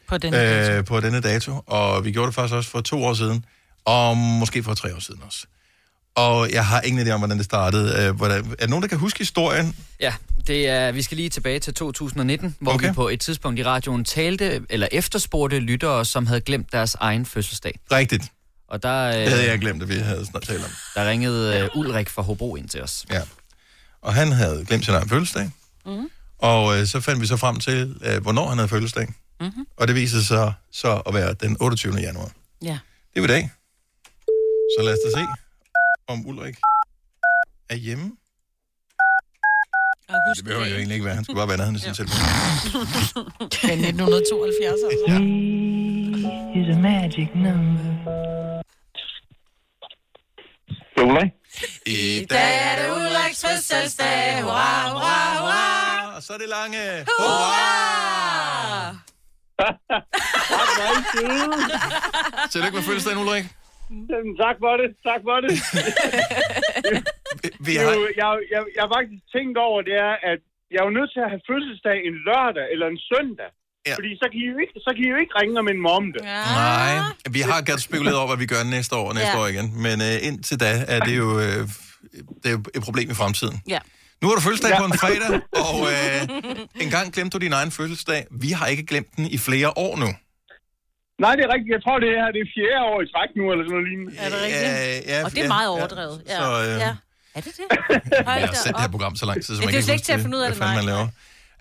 På den
øh, på denne dato, og vi gjorde det faktisk også for to år siden, og måske for tre år siden også. Og jeg har ingen idé om, hvordan det startede. Øh, hvordan, er der nogen, der kan huske historien?
Ja, det er, vi skal lige tilbage til 2019, hvor okay. vi på et tidspunkt i radioen talte eller efterspurgte lyttere, som havde glemt deres egen fødselsdag.
Rigtigt.
Og der, øh,
Det havde jeg glemt, at vi havde snart talt om.
Der ringede øh, Ulrik fra Hobro ind til os.
Ja. Og han havde glemt sin egen fødselsdag,
Mm.
og øh, så fandt vi så frem til, øh, hvornår han havde fødselsdag.
Mm.
Mhm.
Og det viste sig så at være den 28. januar.
Ja.
Det er i dag. Så lad os da se, om Ulrik er hjemme. Det behøver jo egentlig ikke være. Han skulle bare være nærheden i sin telefon.
Det er 1972, altså.
Ja.
is a magic number.
I
dag er det Ulriks fødselsdag. Hurra, hurra, hurra.
Og så er det lange.
Hurra!
Tillykke med fødselsdagen, Ulrik.
Jamen, tak for det, tak for det.
vi har-
Jo, jeg, jeg, jeg har faktisk tænkt over, det er, at jeg er jo nødt til at have fødselsdag en lørdag eller en søndag.
Ja.
Fordi så kan, I jo ikke, så kan I jo ikke ringe og minde mig om det. Ja.
Nej, vi har godt spekuleret over, hvad vi gør næste år og næste
Ja.
år igen. Men øh, indtil da er det jo øh, det er jo et problem i fremtiden.
Ja.
Nu har du fødselsdag på en fredag, og øh, en gang glemte du din egen fødselsdag. Vi har ikke glemt den i flere år nu.
Nej, det er rigtigt. Jeg tror, det her det er fjerde år i træk nu, eller sådan noget lignende.
Er det rigtigt?
Ja, ja,
og det
ja,
er meget
ja.
overdrevet. Ja.
Så, øh,
ja. Er det det?
Jeg
Hold
har
da
sendt det her
op.
program så lang tid, så
Ja,
man
det er jo
kan
slet ikke til at
huske,
finde ud af
hvad
det,
fanden man
nej.
laver.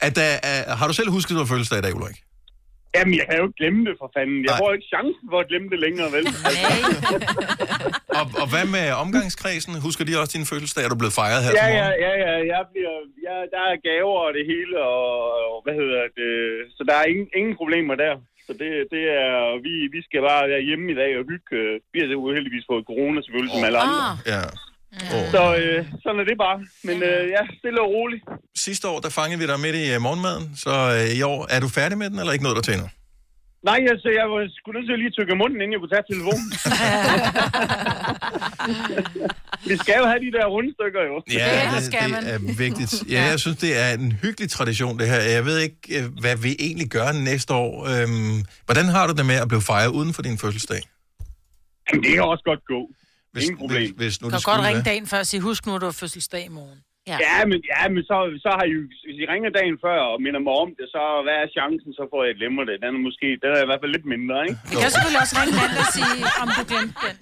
At, der, uh, har du selv husket, at du har fødselsdag i dag, Ulrik?
Jamen, jeg kan jo ikke glemme det, for fanden. Jeg
Nej.
får ikke chancen for at glemme det længere, vel?
Og, og hvad med omgangskredsen? Husker de også din fødselsdag? Er du blevet fejret her
ja,
til
ja,
morgen?
ja, ja, jeg bliver, ja, der er gaver og det hele, og, og hvad hedder det, så der er ingen, ingen problemer der. Så det, det er, vi, vi skal bare være hjemme i dag og hygge. øh, Vi har så uheldigvis fået corona selvfølgelig, som alle andre.
Ja.
Så øh, sådan er det bare. Men øh, ja, stille og roligt.
Sidste år, der fangede vi dig midt i øh, morgenmaden, så øh, i år, er du færdig med den, eller ikke noget der til endnu?
Nej, altså, jeg var sgu nødt til at lige tykke af munden, inden jeg kunne tage telefonen. vi skal jo have de der rundstykker, jo.
det, det er vigtigt. Ja, jeg synes, det er en hyggelig tradition, det her. Jeg ved ikke, øh, hvad vi egentlig gør næste år. Øhm, hvordan har du det med at blive fejret uden for din fødselsdag?
Jamen, det kan også godt gå.
Hvis, Ingen problem. Hvis, hvis nu
Du kan
det
godt
skulle
ringe
være.
dagen før og sige, husk nu, at du har fødselsdag i morgen.
Ja, ja men, ja, men så, så har I, jo- hvis I ringer dagen før og minder mig om det, så hvad er chancen, så får jeg et lemmer det. Den er måske, den er i hvert fald lidt mindre, ikke?
Vi kan selvfølgelig også ringe mand og sige, om du glemte den.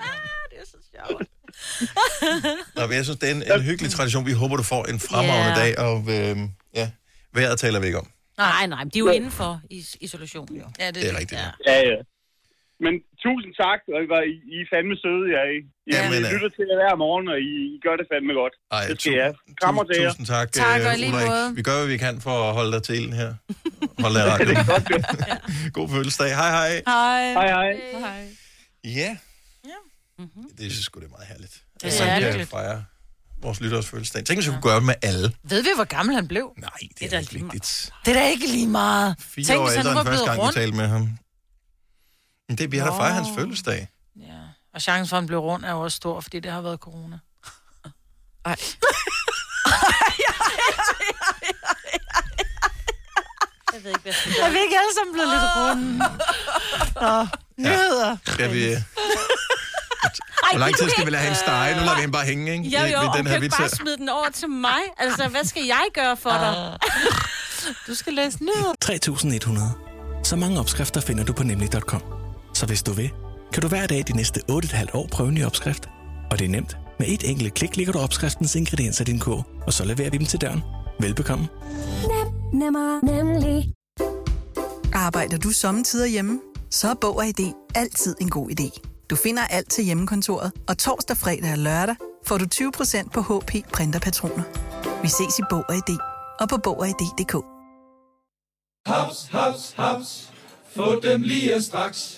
Nå, men jeg synes, det er en, en hyggelig tradition. Vi håber, du får en fremragende
Ja.
dag, og øhm, ja, vejret taler vi ikke om.
Nej, nej, men de er jo indenfor i isolation, jo.
Ja,
Det er rigtigt.
Ja, ja. Men tusind tak, og I, var, I, I er fandme søde, jeg I, Jamen, I lytter til jer hver morgen, og I, I gør det fandme godt. Ej, det skal jeg. Krammer til jer.
Tusind tak,
Tak,
øh,
og i lige
Ulrik.
måde.
Vi gør, hvad vi kan for at holde dig til ilden her. Hold dig ret. God fødselsdag. Hej, hej.
Hej.
Hej, hej.
hej.
Ja. Det synes sgu, det er meget herligt.
Mm-hmm. Det er
vi, øh,
hyggeligt.
fejrer vores lytteres fødselsdag. Tænk, hvis vi kunne gøre det med alle.
Ved vi, hvor gammel han blev?
Nej, det, det er, ikke vigtigt.
Det er da ikke lige meget.
Fire
Tænk,
år
hvis han
ældre
var
end første
blevet
gang,
rundt.
vi talte med ham. Men det bliver der
Nå.
fejrer hans fødselsdag.
Og chancen for, at han blev rundt, er jo også stor, fordi det har været corona. Ej.
Jeg ved ikke, hvad
Er Ah. vi ikke alle sammen blevet lidt runde? Nå, nyheder.
Skal vi... Hvor lang tid skal vi lade hende stege? Nu lader vi hende bare hænge, ikke?
Ja,
I-
jo,
ved
og
den
kan
her
ikke
vits
bare
her.
smide den over til mig. Altså, hvad skal jeg gøre for
Ah.
dig? du skal læse nyheder.
3.100. Så mange opskrifter finder du på nemlig.com. Så hvis du vil, kan du hver dag de næste 8,5 år prøve en ny opskrift. Og det er nemt. Med et enkelt klik ligger du opskriftens ingredienser i din kog, og så leverer vi dem til døren. Velbekomme.
Nem, nemmer, nemlig. Arbejder du sommetider hjemme? Så er Bog og ID altid en god idé. Du finder alt til hjemmekontoret, og torsdag, fredag og lørdag får du 20% på HP printerpatroner. Vi ses i Bog og ID og på Bog og ID.dk.
Haps, haps, haps. Få dem lige straks.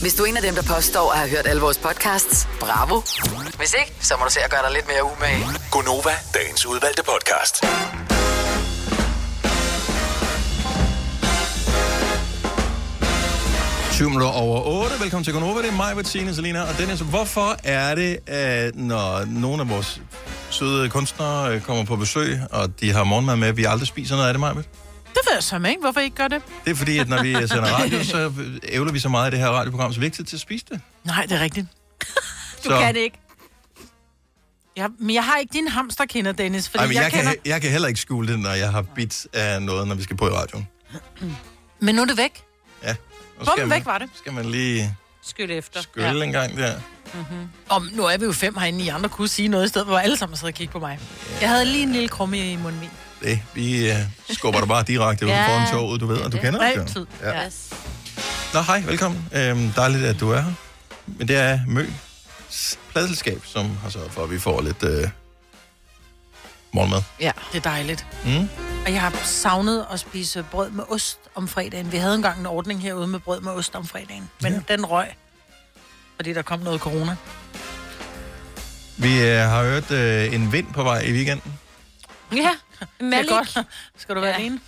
Hvis du er en af dem, der påstår at have hørt alle vores podcasts, bravo. Hvis ikke, så må du se at gøre dig lidt mere umage.
Gonova, dagens udvalgte podcast.
Syv minutter over 8. Velkommen til Konoba. Det er mig, Bettine, Selina og Dennis. Hvorfor er det, at når nogle af vores søde kunstnere øh, kommer på besøg, og de har morgenmad med, at vi aldrig spiser noget af det, Majbet?
Det ved jeg så ikke, hvorfor I ikke gør det.
Det er fordi, at når vi sender radio, så ævler vi så meget af det her radioprogram, så vi er ikke tid til at spise det.
Nej, det er rigtigt. Du
Så-
så. kan det ikke. Ja, men jeg har ikke din hamsterkinder, Dennis, fordi
Ej, men jeg, jeg,
kender...
kan, he- jeg kan heller ikke skjule det, når jeg har bit af noget, når vi skal på i radioen.
Men nu er det væk.
Ja. Og
Bum,
skal man-
væk var det.
Skal man lige
Skyld efter.
gølle ja. en gang der?
Om, Mm-hmm. nu er vi jo fem herinde, I andre kunne sige noget i stedet, hvor alle sammen sidder og kigger på mig. Jeg havde lige en lille krumme i munden min.
Det, vi uh, skubber dig bare direkte ud
Ja.
foran toget, du ved, og du kender det.
Altid. Ja.
jo. Ja.
Ja.
Nå, hej, velkommen. Øhm, dejligt, at du er her. Men det er Mø pladselskab, som har sørget for, at vi får lidt øh, morgenmad.
ja, det er dejligt.
Mm?
Og jeg har savnet at spise brød med ost om fredagen. Vi havde engang en ordning herude med brød med ost om fredagen. Men ja. den røg, fordi der kom noget corona.
Vi øh, har hørt øh, en vind på vej i weekenden.
Ja, Malik.
Det er godt. Skal du være ja. alene?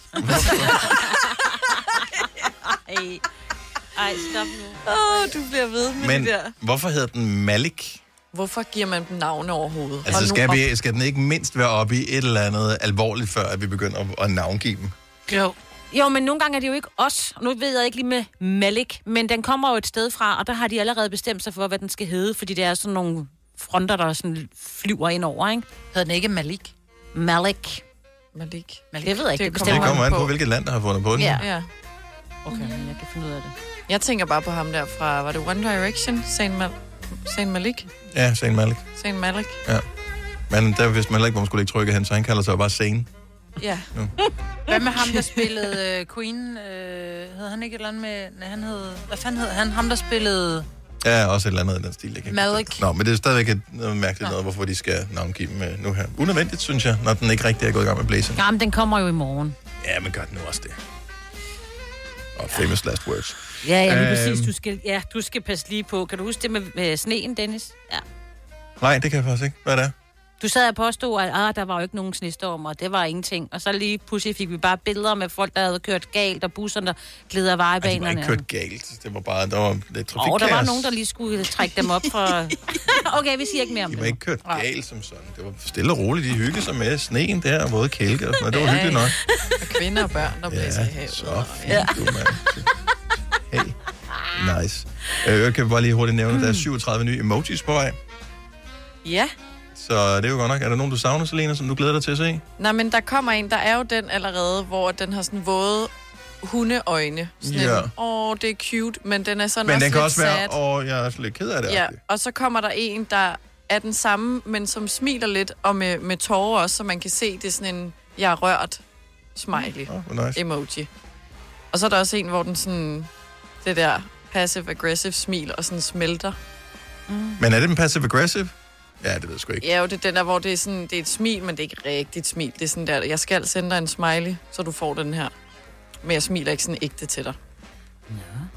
Ej. Ej, stop nu. Åh,
du bliver ved med
Men
det der.
hvorfor hedder den Malik?
Hvorfor giver man dem navne overhovedet?
Altså,
Og
skal,
numre?
vi, skal den ikke mindst være oppe i et eller andet alvorligt, før at vi begynder at, at navngive dem?
Jo.
Jo, men nogle gange er det jo ikke os. Nu ved jeg ikke lige med Malik, men den kommer jo et sted fra, og der har de allerede bestemt sig for, hvad den skal hedde, fordi det er sådan nogle fronter, der sådan flyver ind over, ikke?
Hedder den ikke Malik?
Malik.
Malik.
Malik. Det ved jeg ikke, det,
Det
bestemmer
kommer an
han
på, hvilket land, der har fundet på den.
Ja.
Ja.
Okay, jeg kan finde ud af det.
Jeg tænker bare på ham der fra, var det One Direction? Saint, Mal- Saint Malik?
Ja, Sane Malik.
Saint Malik?
Ja. Men der vidste man heller ikke, hvor man skulle lægge trykket hen, så han kalder sig jo bare Sane.
Ja.
Hvad med ham, der spillede øh, Queen? Øh, hed han ikke et eller andet med... Nej, han hed... Hvad fanden hed han? Ham, der spillede...
Ja, også et eller andet i den stil. Jeg kan ikke
Malik.
huske det. Nå, men det er stadigvæk et noget mærkeligt noget, hvorfor de skal navngive dem øh, nu her. Unødvendigt, synes jeg, når den ikke rigtig er gået i gang med blæsen.
Jamen, den kommer jo i morgen.
Ja, men gør den nu også det. Og famous last words.
Ja, ja, lige præcis.
Øhm,
Du skal, ja, du skal passe lige på. Kan du huske det med, med sneen, Dennis? Ja.
Nej, det kan jeg faktisk ikke. Hvad er det?
Du sad og påstod, at ah, der var jo ikke nogen snestorm, og det var ingenting. Og så lige pludselig fik vi bare billeder med folk, der havde kørt galt, og busserne, der glider af
Ej, de var
vejebanerne.
ikke kørt galt. Det var bare, der var lidt trafikkaos.
Og der var nogen, der lige skulle øh, trække dem op fra... Okay, vi siger ikke mere om
De
det.
var ikke kørt galt som sådan. Det var stille og roligt. De hyggede sig med sneen der og våde kælke og sådan noget. Det var hyggeligt nok.
Og kvinder og børn, der blæser i havet.
Så
Ja.
fint, du mand. Nice. Øh, Jeg kan bare lige hurtigt nævne, at der er
Mm.
37 nye emojis på vej.
Ja.
Så det er jo godt nok. Er der nogen, du savner, Selena, som du glæder dig til at se?
Nej, men der kommer en, der er jo den allerede, hvor den har sådan våde hundeøjne. Sådan
Ja.
ja. Åh, det er cute, men den er sådan
Men
også
den kan
lidt
også være,
sad.
og jeg er også lidt ked af det.
Ja, og så kommer der en, der er den samme, men som smiler lidt, og med, med tårer også, så man kan se, det er sådan en, jeg er rørt, smiley
hvor nice.
emoji. Og så er der også en, hvor den sådan, det der passive-aggressive smil, og sådan smelter.
Men er det den passive-aggressive? Ja, det ved jeg sgu ikke.
Ja, jo, det er den der, hvor det er, sådan, det er et smil, men det er ikke rigtigt smil. Det er sådan der, jeg skal sende dig en smiley, så du får den her. Men jeg smiler ikke sådan ægte til dig.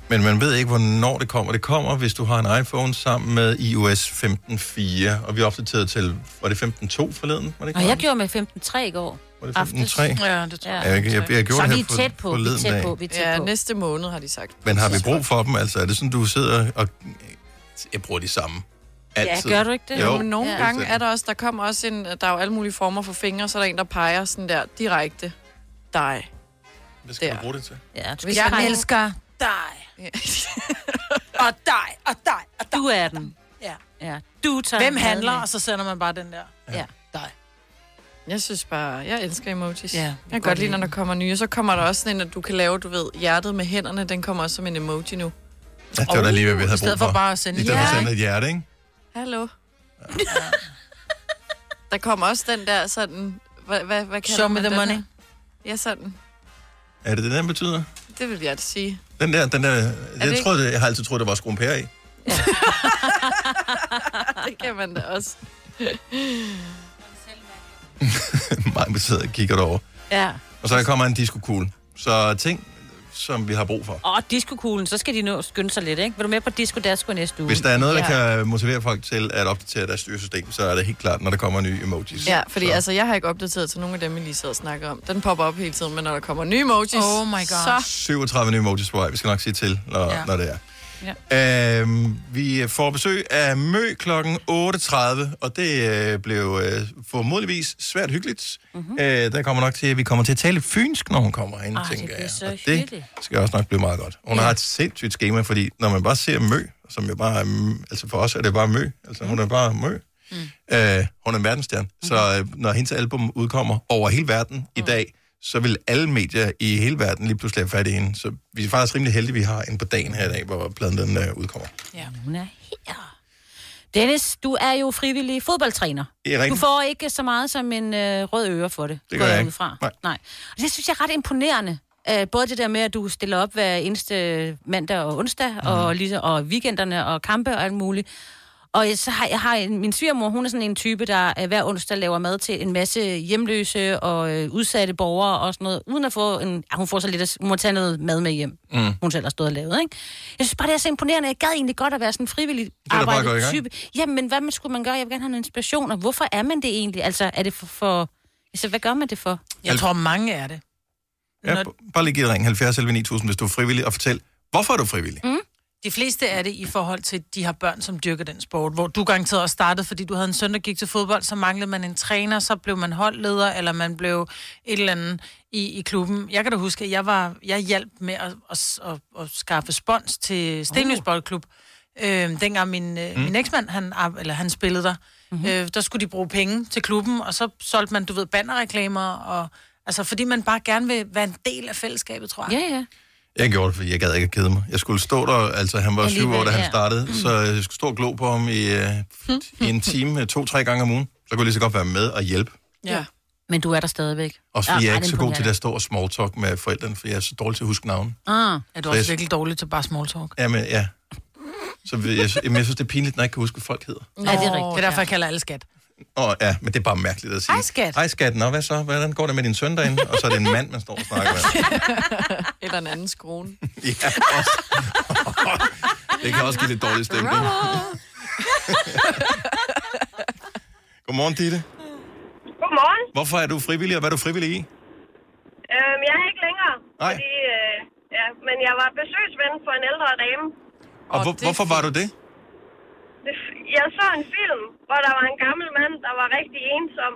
Men man ved ikke, hvornår det kommer. Det kommer, hvis du har en iPhone sammen med iOS 15.4, og vi er opdateret til, var det 15.2 forleden? Var det
Og jeg gjorde med 15.3 i går.
Var det 15.3? Ja, det tror jeg. Ja, jeg- jeg- jeg
så
gjorde det her
vi er
for-
tæt på, vi er
forleden
tæt
dag.
på, vi er tæt
Ja,
på.
næste måned har de sagt.
Men har vi brug for dem? Altså, er det sådan, du sidder og... Jeg bruger de samme. Altid.
Ja, gør du ikke det?
Jo.
Men nogle ja. gange er der også, der kommer også en, der er jo alle mulige former for fingre, så er der en, der peger sådan der direkte. Dig.
Hvad skal man bruge det til?
Ja,
Hvis jeg elsker
dig. og dig, og dig, og dig.
Du er den.
Ja.
ja. Du tager
Hvem
den
handler,
med.
og så sender man bare den der.
Ja.
Dig.
Jeg synes bare, jeg elsker emojis.
Ja,
jeg
vi
kan
går
godt lide,
lige.
når der kommer nye. Så kommer der også sådan en, at du kan lave, du ved, hjertet med hænderne. Den kommer også som en emoji nu. uh,
Ja, det var da lige, hvad vi havde
I stedet
brug
for bare at sende-
I stedet for at
Ja,
sende et hjerte, ikke?
Hallo. Der kommer også den der sådan... Hvad, hvad, hvad kalder
Show
man
me the
den
money.
her? Ja, sådan.
Er det det, den betyder?
Det vil jeg da sige.
Den der, den der, jeg,
ikke-
troede, det, jeg har altid troet, der var skrumpærer i.
det kan man da også.
Mange sidder og kigger derovre.
Ja.
Og så der kommer en disco-kugle. Så ting, som vi har brug for.
Og diskokuglen, så skal de nå at skynde sig lidt, ikke? Vil du med på Disco Dasko i næste uge?
Hvis der er noget, der
ja.
kan motivere folk til at opdatere deres styresystem, så er det helt klart, når der kommer nye emojis.
Ja, fordi altså, jeg har ikke opdateret til nogen af dem, I lige sidder og snakker om. Den popper op hele tiden, men når der kommer nye emojis,
Oh my God.
så...
37 nye emojis på vej. Vi skal nok sige til, når,
Ja.
ja. når det er. Øhm, vi får besøg af Mø klokken 8.30, og det øh, blev øh, formodentligvis svært hyggeligt. Mm-hmm. Øh, der kommer nok til, at vi kommer til at tale lidt fynsk, når hun kommer ind,
Ah, det
tænker
bliver
jeg.
så
Og det
hyggeligt.
skal også nok blive meget godt. Hun har et sindssygt skema, fordi når man bare ser Mø, som jo bare er, m- altså for os er det bare Mø, altså hun er bare Mø. Mm. Øh, hun er en verdensstjerne, mm-hmm. så øh, når hendes album udkommer over hele verden mm. i dag, så vil alle medier i hele verden lige pludselig have fat i hende. Så vi er faktisk rimelig heldige, at vi har en på dagen her i dag, hvor pladen den øh, udkommer.
Ja. Hun er her. Dennis, du er jo frivillig fodboldtræner.
Det er rigtigt.
Du får ikke så meget som en øh, rød øre for det.
Det
går
gør jeg
ud
ikke.
Fra.
Nej.
Nej. Og det synes jeg er ret imponerende. Øh, både det der med, at du stiller op hver eneste mandag og onsdag,
Mhm.
mm. og, lige, og weekenderne og kampe og alt muligt. Og jeg- så har jeg har en, min svigermor, hun er sådan en type, der øh, hver onsdag laver mad til en masse hjemløse og øh, udsatte borgere og sådan noget, uden at få en... Ja, hun får så lidt... af- Hun må tage noget mad med hjem,
Mm.
hun selv har stået og lavet, ikke? Jeg synes bare, det er så imponerende. Jeg gad egentlig godt at være sådan en frivillig
bare at
arbejdet
gå i gang.
type. Jamen, men hvad man skulle man gøre? Jeg vil gerne have noget inspiration, og hvorfor er man det egentlig? Altså, er det for... for altså, hvad gør man det for?
Jeg tror, mange er det.
Ja, b- bare lige give et ring 70 11 9000, hvis du er frivillig, og fortæl, hvorfor er du frivillig? Mm.
De fleste er det i forhold til, at de har børn, som dyrker den sport, hvor du garanteret også startede, fordi du havde en søn, der gik til fodbold, så manglede man en træner, så blev man holdleder, eller man blev et eller andet i, i klubben. Jeg kan da huske, at jeg, var, jeg hjalp med at, at, at, at skaffe spons til Stenløs Boldklub. Øh, dengang min, øh,
Oh. Mm. Mhm.
mm. min eksmand, han, ar- eller han spillede der, mm-hmm. øh, der skulle de bruge penge til klubben, og så solgte man, du ved, bannerreklamer, og, altså fordi man bare gerne vil være en del af fællesskabet, tror
Ja,
jeg.
ja.
Jeg gjorde det, fordi jeg gad ikke at kede mig. Jeg skulle stå der, altså han var syv
Alligevel,
år, da han
ja.
startede, så jeg skulle stå og glo på ham i, øh, i en time, øh, to-tre gange om ugen. Så kunne jeg lige så godt være med og hjælpe.
Ja. Men du er der stadigvæk.
Også fordi
Ja,
jeg er
ej,
ikke
det
så god til
imponerende.
at stå og small talk med forældrene, for jeg er så dårlig til at huske navne.
Ah.
Er du
Så
også
jeg-
virkelig dårlig til bare small talk?
Jamen, ja. Så vil jeg, jamen, jeg synes, det er pinligt, når jeg ikke kan huske, hvad folk hedder.
Nå, det er rigtigt. Det er derfor, jeg kalder alle skat.
Og ja, men det er bare mærkeligt at sige.
Hej, skat.
Hej skat, nå hvad så? Hvordan går det med din søn derinde? Og så er det en mand, man står og snakker med.
Eller en anden skruen.
Ja, også. det kan også give lidt dårlig stemning. Godmorgen, Ditte.
Godmorgen.
Hvorfor er du frivillig, og hvad er du frivillig i?
Øhm, jeg er ikke længere.
Nej.
Fordi, øh, ja, men jeg var besøgsven for en ældre dame.
Og hvor, hvorfor var du det?
Jeg så en film, hvor der var en gammel mand, der var rigtig ensom.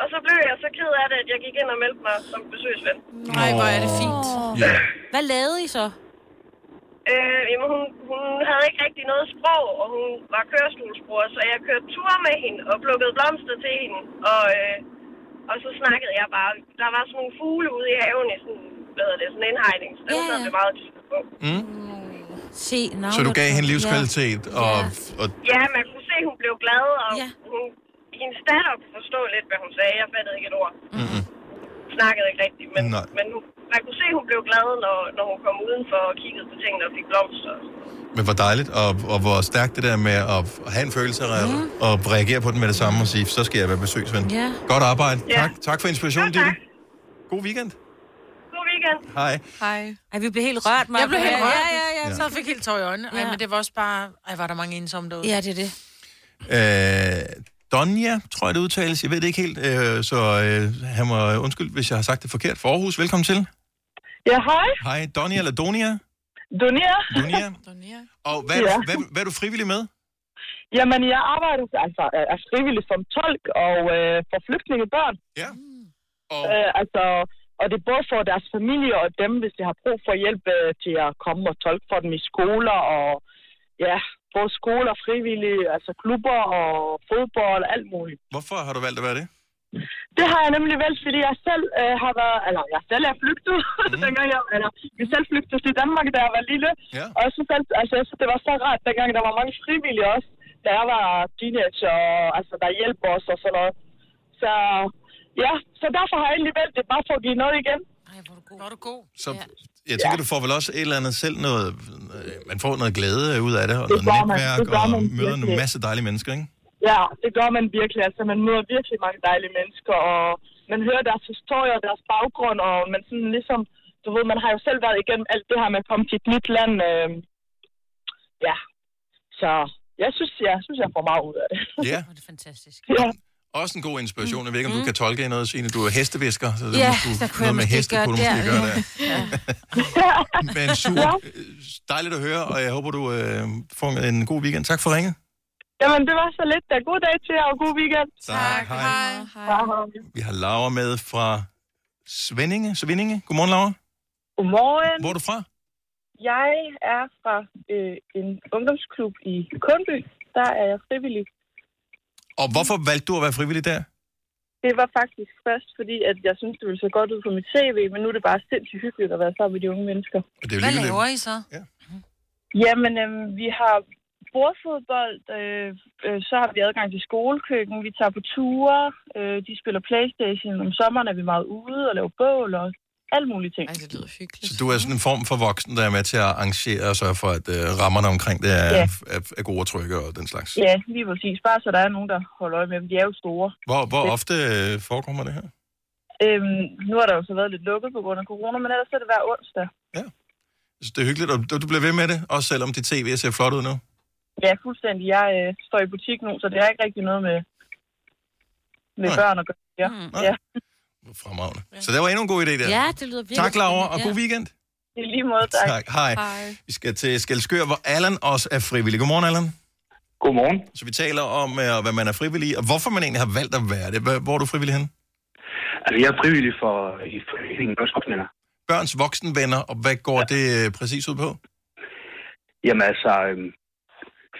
Og så blev jeg så ked af det, at jeg gik ind og meldte mig som besøgsven.
Nej, hvor er det fint.
Ja.
Hvad lavede I så?
Øh, jamen, hun, hun havde ikke rigtig noget sprog, og hun var kørestolsbror, så jeg kørte ture med hende og plukkede blomster til hende. Og, øh, og så snakkede jeg bare. Der var sådan nogle fugle ude i haven i sådan, hvad hedder det, sådan en indhegning, så dem sad vi meget og kiggede på.
Mm?
Se, no,
Så du gav hende livskvalitet, og, og
Ja, man kunne se, hun blev glad, og hun, hendes datter kunne forstå lidt, hvad hun sagde. Jeg fattede ikke et ord.
Mm-hmm.
Snakkede ikke rigtigt, men,
Nej.
men hun, man kunne se, hun blev glad, når, når hun kom udenfor og kiggede på tingene og fik blomster.
Men hvor dejligt, og, og hvor stærkt det der med at at have en følelse og, mm. og reagere på den med det samme og sige, så skal jeg være besøgsven.
Ja.
Godt arbejde.
Ja.
Tak, tak for inspirationen, ja, Ditte. God weekend.
God weekend.
Hej.
Hej.
Ej, vi blev helt rørt, Maja.
Jeg blev helt
Ja,
rørt.
ja, ja,
ja.
Så jeg fik helt tår i øjnene. Ej,
Ja.
men det var også bare... Ej, var der mange ensomme derude.
Ja, det er det.
Øh, Donja, tror jeg det udtales. Jeg ved det ikke helt, øh, så øh, han må undskylde, hvis jeg har sagt det forkert. For Aarhus, velkommen til.
Ja, hej.
Hej, Donja eller Donia.
Donia.
Donia. Og hvad, ja.
Ja.
hvad, hvad er du frivillig med?
Jamen, jeg arbejder altså, øh, er frivillig som tolk og øh, for flygtningebørn.
Ja.
Og... Øh, altså, og det er både for deres familie og dem, hvis de har brug for hjælp øh, til at komme og tolke for dem i skoler og ja, både skoler, frivillige, altså klubber og fodbold og alt muligt.
Hvorfor har du valgt at være det?
Det har jeg nemlig valgt, fordi jeg selv øh, har været, eller jeg selv er flygtet, mm. dengang jeg, eller vi selv flygtede til Danmark, da jeg var lille.
Ja.
Og så fandt, altså, jeg synes, det var så rart, dengang der var mange frivillige også, da jeg var teenager, og, altså, der hjælper os og sådan noget. Så ja, så derfor har jeg egentlig valgt det, bare for at give noget igen.
Var du god?
Så jeg tænker, ja. du får vel også et eller andet selv noget... Øh, man får noget glæde ud af det, og
Det gør
noget
man.
netværk,
Det gør
og
man
møder en
virkelig.
masse dejlige mennesker, ikke?
Ja, det gør man virkelig. Altså, man møder virkelig mange dejlige mennesker, og man hører deres historie og deres baggrund, og man sådan ligesom, du ved, man har jo selv været igennem alt det her med at komme til et nyt land. Øh, ja, så jeg synes, jeg synes, jeg får meget ud af det.
Ja.
Det er fantastisk.
ja.
Også en god inspiration. Jeg ved ikke, om du kan tolke i noget, Signe. Du er hestevisker, så det
Ja,
ja,
der
måske,
kunne jeg
noget med
måske
heste
gøre
kunne du måske
der.
gøre der. Men
Ja.
super. Øh, Dejligt at høre, og jeg håber, du øh, får en god weekend. Tak for ringet.
Jamen, det var så lidt. Da god dag til jer, og god weekend.
Tak, hej.
Hej. hej.
Vi har Laura med fra Svendinge. Svendinge. Godmorgen, Laura.
Godmorgen.
Hvor er du fra?
Jeg er fra øh, en ungdomsklub i Kundby. Der er jeg frivillig.
Og hvorfor valgte du at være frivillig der?
Det var faktisk først, fordi at jeg synes, det ville så godt ud på mit CV, men nu er det bare sindssygt hyggeligt at være sammen med de unge mennesker.
Det er jo lige
laver
I så?
Ja.
Jamen, øh, vi har bordfodbold, øh, øh, så har vi adgang til skolekøkken, vi tager på ture, øh, de spiller Playstation, om sommeren er vi meget ude og laver bål og alle mulige ting. Ej, det lyder hyggeligt.
Så du er sådan en form for voksen, der er med til at arrangere og sørge for, at øh, rammerne omkring det er,
Ja.
er, er gode og trygge og den slags.
Ja, lige præcis. Bare så der er nogen, der holder øje med dem. De er jo store.
Hvor, hvor ofte øh, forekommer det her?
Øhm, nu har der jo så været lidt lukket på grund af corona, men ellers er det hver onsdag.
Så Altså, det er hyggeligt, og du- du bliver ved med det, også selvom dit tv ser flot ud nu.
Ja, fuldstændig. Jeg øh, står i butik nu, så det er ikke rigtig noget med, med
Nej.
børn at gøre. Ja. ja.
Fremragende. Så det var endnu en god idé der.
Mm. Ja, det lyder virkelig
Tak, Laura, og
spændende,
god
ja.
weekend.
I lige måde, tak.
Tak, hej. Vi skal til Skelskør, hvor Allan også er frivillig. Godmorgen, Allan. Godmorgen. Så vi taler om, øh, hvad man er frivillig i, og hvorfor man egentlig har valgt at være det. Hvor hvor er du frivillig hen?
Altså, jeg er frivillig for i foreningen Børns Voksne.
Børns voksenvenner, og hvad går ja. det øh, præcis ud på?
Jamen altså, øhm,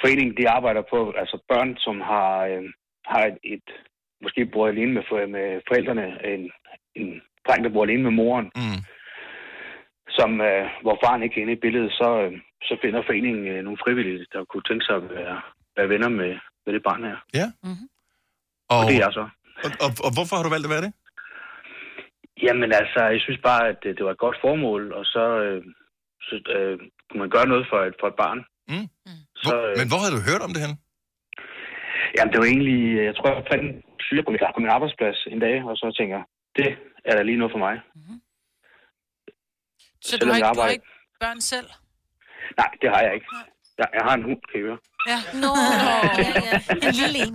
foreningen de arbejder på altså børn, som har, øhm, har et, et måske bor alene med, for, med forældrene, en, en dreng, der bor alene med moren,
mm.
som, øh, hvor faren ikke er inde i billedet, så, øh, så finder foreningen øh, nogle frivillige, der kunne tænke sig at være, være venner med, med det barn her.
Ja.
Mhm.
Mm-hmm.
Og,
og det er jeg så.
Og, og, og hvorfor har du valgt at være det?
Jamen altså, jeg synes bare, at det, det var et godt formål, og så, øh, så øh, kunne man gøre noget for et, for et barn.
Mm.
Så, øh,
Men hvor havde du hørt om det hen?
Jamen, det var egentlig, øh, jeg tror, jeg fandt en syge på min, på min arbejdsplads en dag, og så tænker jeg, det er da lige noget for mig.
Mhm. Så du
Selvom
har, ikke, du
jeg
har
arbejder-
ikke børn selv?
Nej, det har jeg ikke. Jeg, jeg har en hund, kan I høre.
Ja.
Nå, ja, ja. En lille en.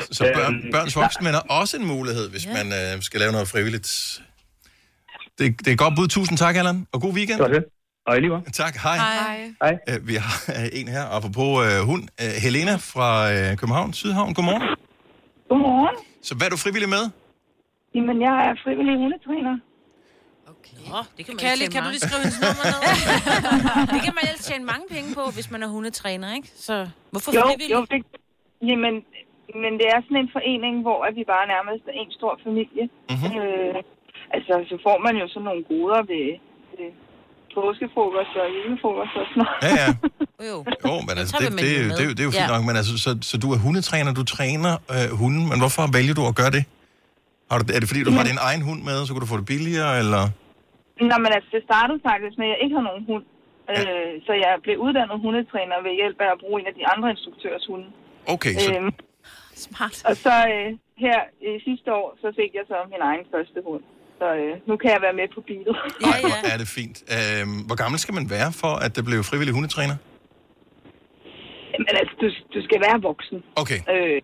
Så
Øhm.
børn, børns voksenvenner er også en mulighed, hvis ja. man øh, skal lave noget frivilligt. Det, det er et godt bud. Tusind tak, Allan, og god weekend.
Tak. Og i lige
Tak, hej.
Hej.
Hej.
Øh, vi har øh, en her, apropos øh, hund. Øh, Helena fra øh, København, Sydhavn. Godmorgen.
Godmorgen.
Så hvad er du frivillig med?
Jamen, jeg er frivillig hundetræner.
Okay. Nå, det kan, man
Kalle,
tjene
kan du
mange-
lige skrive hendes nummer ned?
det kan man ellers tjene mange penge på, hvis man er hundetræner, ikke? Så hvorfor
jo,
frivillig?
jo, det, jamen, men det er sådan en forening, hvor at vi bare nærmest er en stor familie.
Mm-hmm.
Øh, altså, så får man jo sådan nogle goder ved, ved påskefrokost og julefrokost og sådan noget.
Ja, ja.
Jo.
Jo, men altså,
tager vi
det,
med
det, det, er jo-
med.
det, er jo- det er jo fint
Ja.
nok. Men altså, så, så du er hundetræner, du træner øh, hunden, men hvorfor vælger du at gøre det? Har du, er det fordi, du har din egen hund med, så kunne du få det billigere, eller?
Nå, men altså, det startede faktisk med, at jeg ikke havde nogen hund. Øh, så jeg blev uddannet hundetræner ved hjælp af at bruge en af de andre instruktørs hunde.
Okay, så...
Øhm,
Smart.
Og så øh, her øh, sidste år, så fik jeg så min egen første hund. Så øh, nu kan jeg være med på beatet.
Ej, hvor er det fint. Øhm, hvor gammel skal man være for, at det blev frivillig hundetræner?
Men altså, du, du skal være voksen.
Okay.
Øh,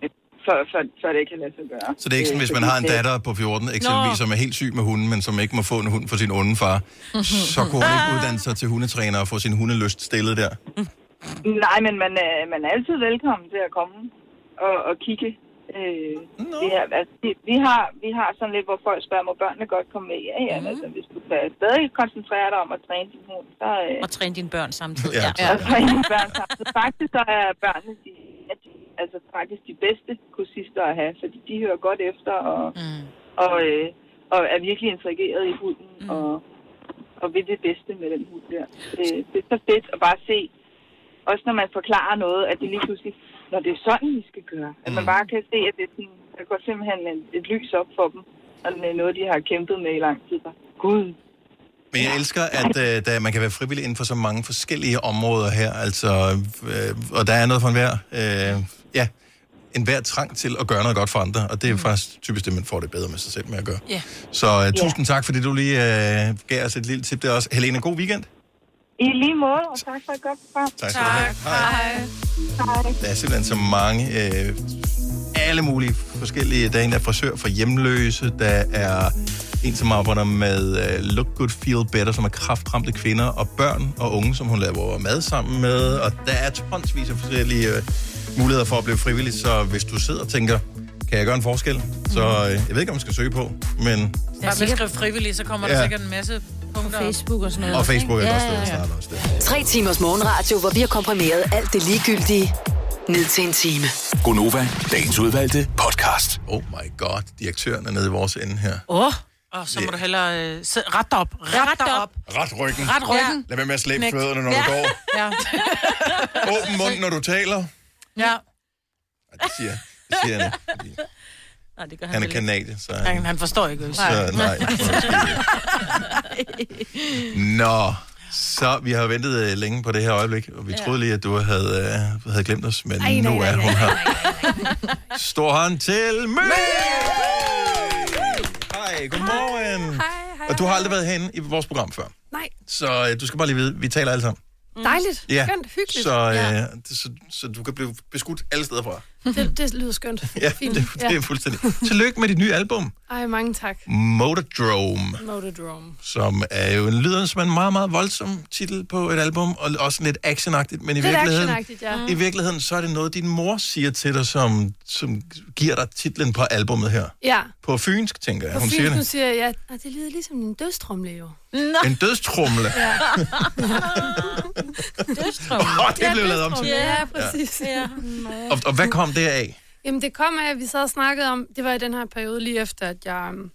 for, for, for det kan lade sig gøre.
Så det er ikke sådan,
Øh,
hvis man
fordi
har en
det-
datter på 14 eksempelvis,
Nå.
som er helt syg med hunden, men som ikke må få en hund for sin onde far, så kunne hun ikke uddanne sig til hundetræner og få sin hundelyst stillet der.
Nej, men man er, man er altid velkommen til at komme og, og kigge. Øh, det her, altså, vi, vi, har, vi har sådan lidt, hvor folk spørger, må børnene godt komme med? Ja,
Mhm.
ja, mm. altså, hvis du kan stadig koncentrere dig om at træne din hund, så... Øh,
Og træne dine børn samtidig.
ja, ja. Og træne dine børn sammen. Så faktisk så er børnene de, er de, altså, faktisk de bedste kursister at have, fordi de hører godt efter og, mm. og, øh, og er virkelig integreret i hunden mm. og, og vil det bedste med den hund der. Det, det er så fedt at bare se også når man forklarer noget, at det lige pludselig, når det er sådan, vi skal gøre. At
Mm.
man bare kan se, at det er sådan, der går simpelthen en, et lys op for dem, og det er noget, de har kæmpet med i lang tid. Bare, Gud,
Men jeg elsker, at øh, der, man kan være frivillig inden for så mange forskellige områder her, altså, øh, og der er noget for enhver, øh, ja, enhver trang til at gøre noget godt for andre, og det er faktisk typisk det, man får det bedre med sig selv med at gøre.
Mm. Ja.
Så øh, tusind tak, fordi du lige øh, gav os et lille tip der også. Helene, god weekend.
i lige måde, og tak for et godt program.
Tak skal du have.
Hej. Hej.
Der er simpelthen så mange, øh, alle mulige forskellige. Der er en, der er frisør for hjemløse. Der er en, som arbejder med øh, Look Good Feel Better, som er kraftramte kvinder og børn og unge, som hun laver mad sammen med. Og der er tonsvis af forskellige øh, muligheder for at blive frivillig. Så hvis du sidder og tænker, kan jeg gøre en forskel? Så
Mhm.
øh, jeg ved ikke, om man skal søge på, men...
Bare man skriver frivillig, så kommer
Ja.
der sikkert en masse punkter. På Facebook og sådan
Og Facebook er et godt sted at starte også.
Tre timers morgenradio, hvor vi har komprimeret alt det ligegyldige ned til en time.
Gonova, dagens udvalgte podcast.
Oh my god, direktøren er nede i vores ende her.
Åh, oh. og så må du hellere øh, sæd- ret dig op. Ret dig op.
Ret ryggen.
Ret ryggen.
Lad være med at slæbe
Knægt.
fødderne, når
ja.
du går.
Ja.
Åben mund, når du taler.
ja.
Det siger, det siger han ikke.
Nej, det gør
Han er
vel ikke.
kanadier, så...
Han, han forstår ikke øst.
Så, nej. Nå, så vi har ventet øh, længe på det her øjeblik, og vi
Ja.
troede lige, at du havde, øh, havde glemt os, men
Ej, nej,
nu
nej,
er
nej,
hun her. Stor hånd til Mø! Hej, godmorgen. Og du har aldrig været herinde i vores program før,
Nej,
så øh, du skal bare lige vide, vi taler alle sammen.
dejligt. Skønt, hyggeligt.
Så, øh,
ja.
det- så, så du kan blive beskudt alle steder fra.
det, det lyder skønt.
øh, Ja, det, det er fuldstændig. Tillykke med dit nye album,
Ej, mange tak.
Motordrome.
Motordrome.
som er jo en lyder som en meget, meget voldsom titel på et album, og også lidt actionagtigt, men i
Lidt
virkeligheden,
actionagtigt, ja.
i virkeligheden, så er det noget, din mor siger til dig, som, som giver dig titlen på albummet her.
Ja.
På fynsk, tænker jeg,
På
hun
fint,
siger
nu
det.
siger jeg, ja, ah, det lyder ligesom en dødstrumle jo.
En dødstrumle.
Ja.
Åh,
dødstrumle.
oh, det blev lavet om til.
Ja, præcis. Ja. Ja.
Og, og hvad kom det af?
Jamen, det kom af, at vi sad og snakkede om, det var i den her periode lige efter, at jeg øhm,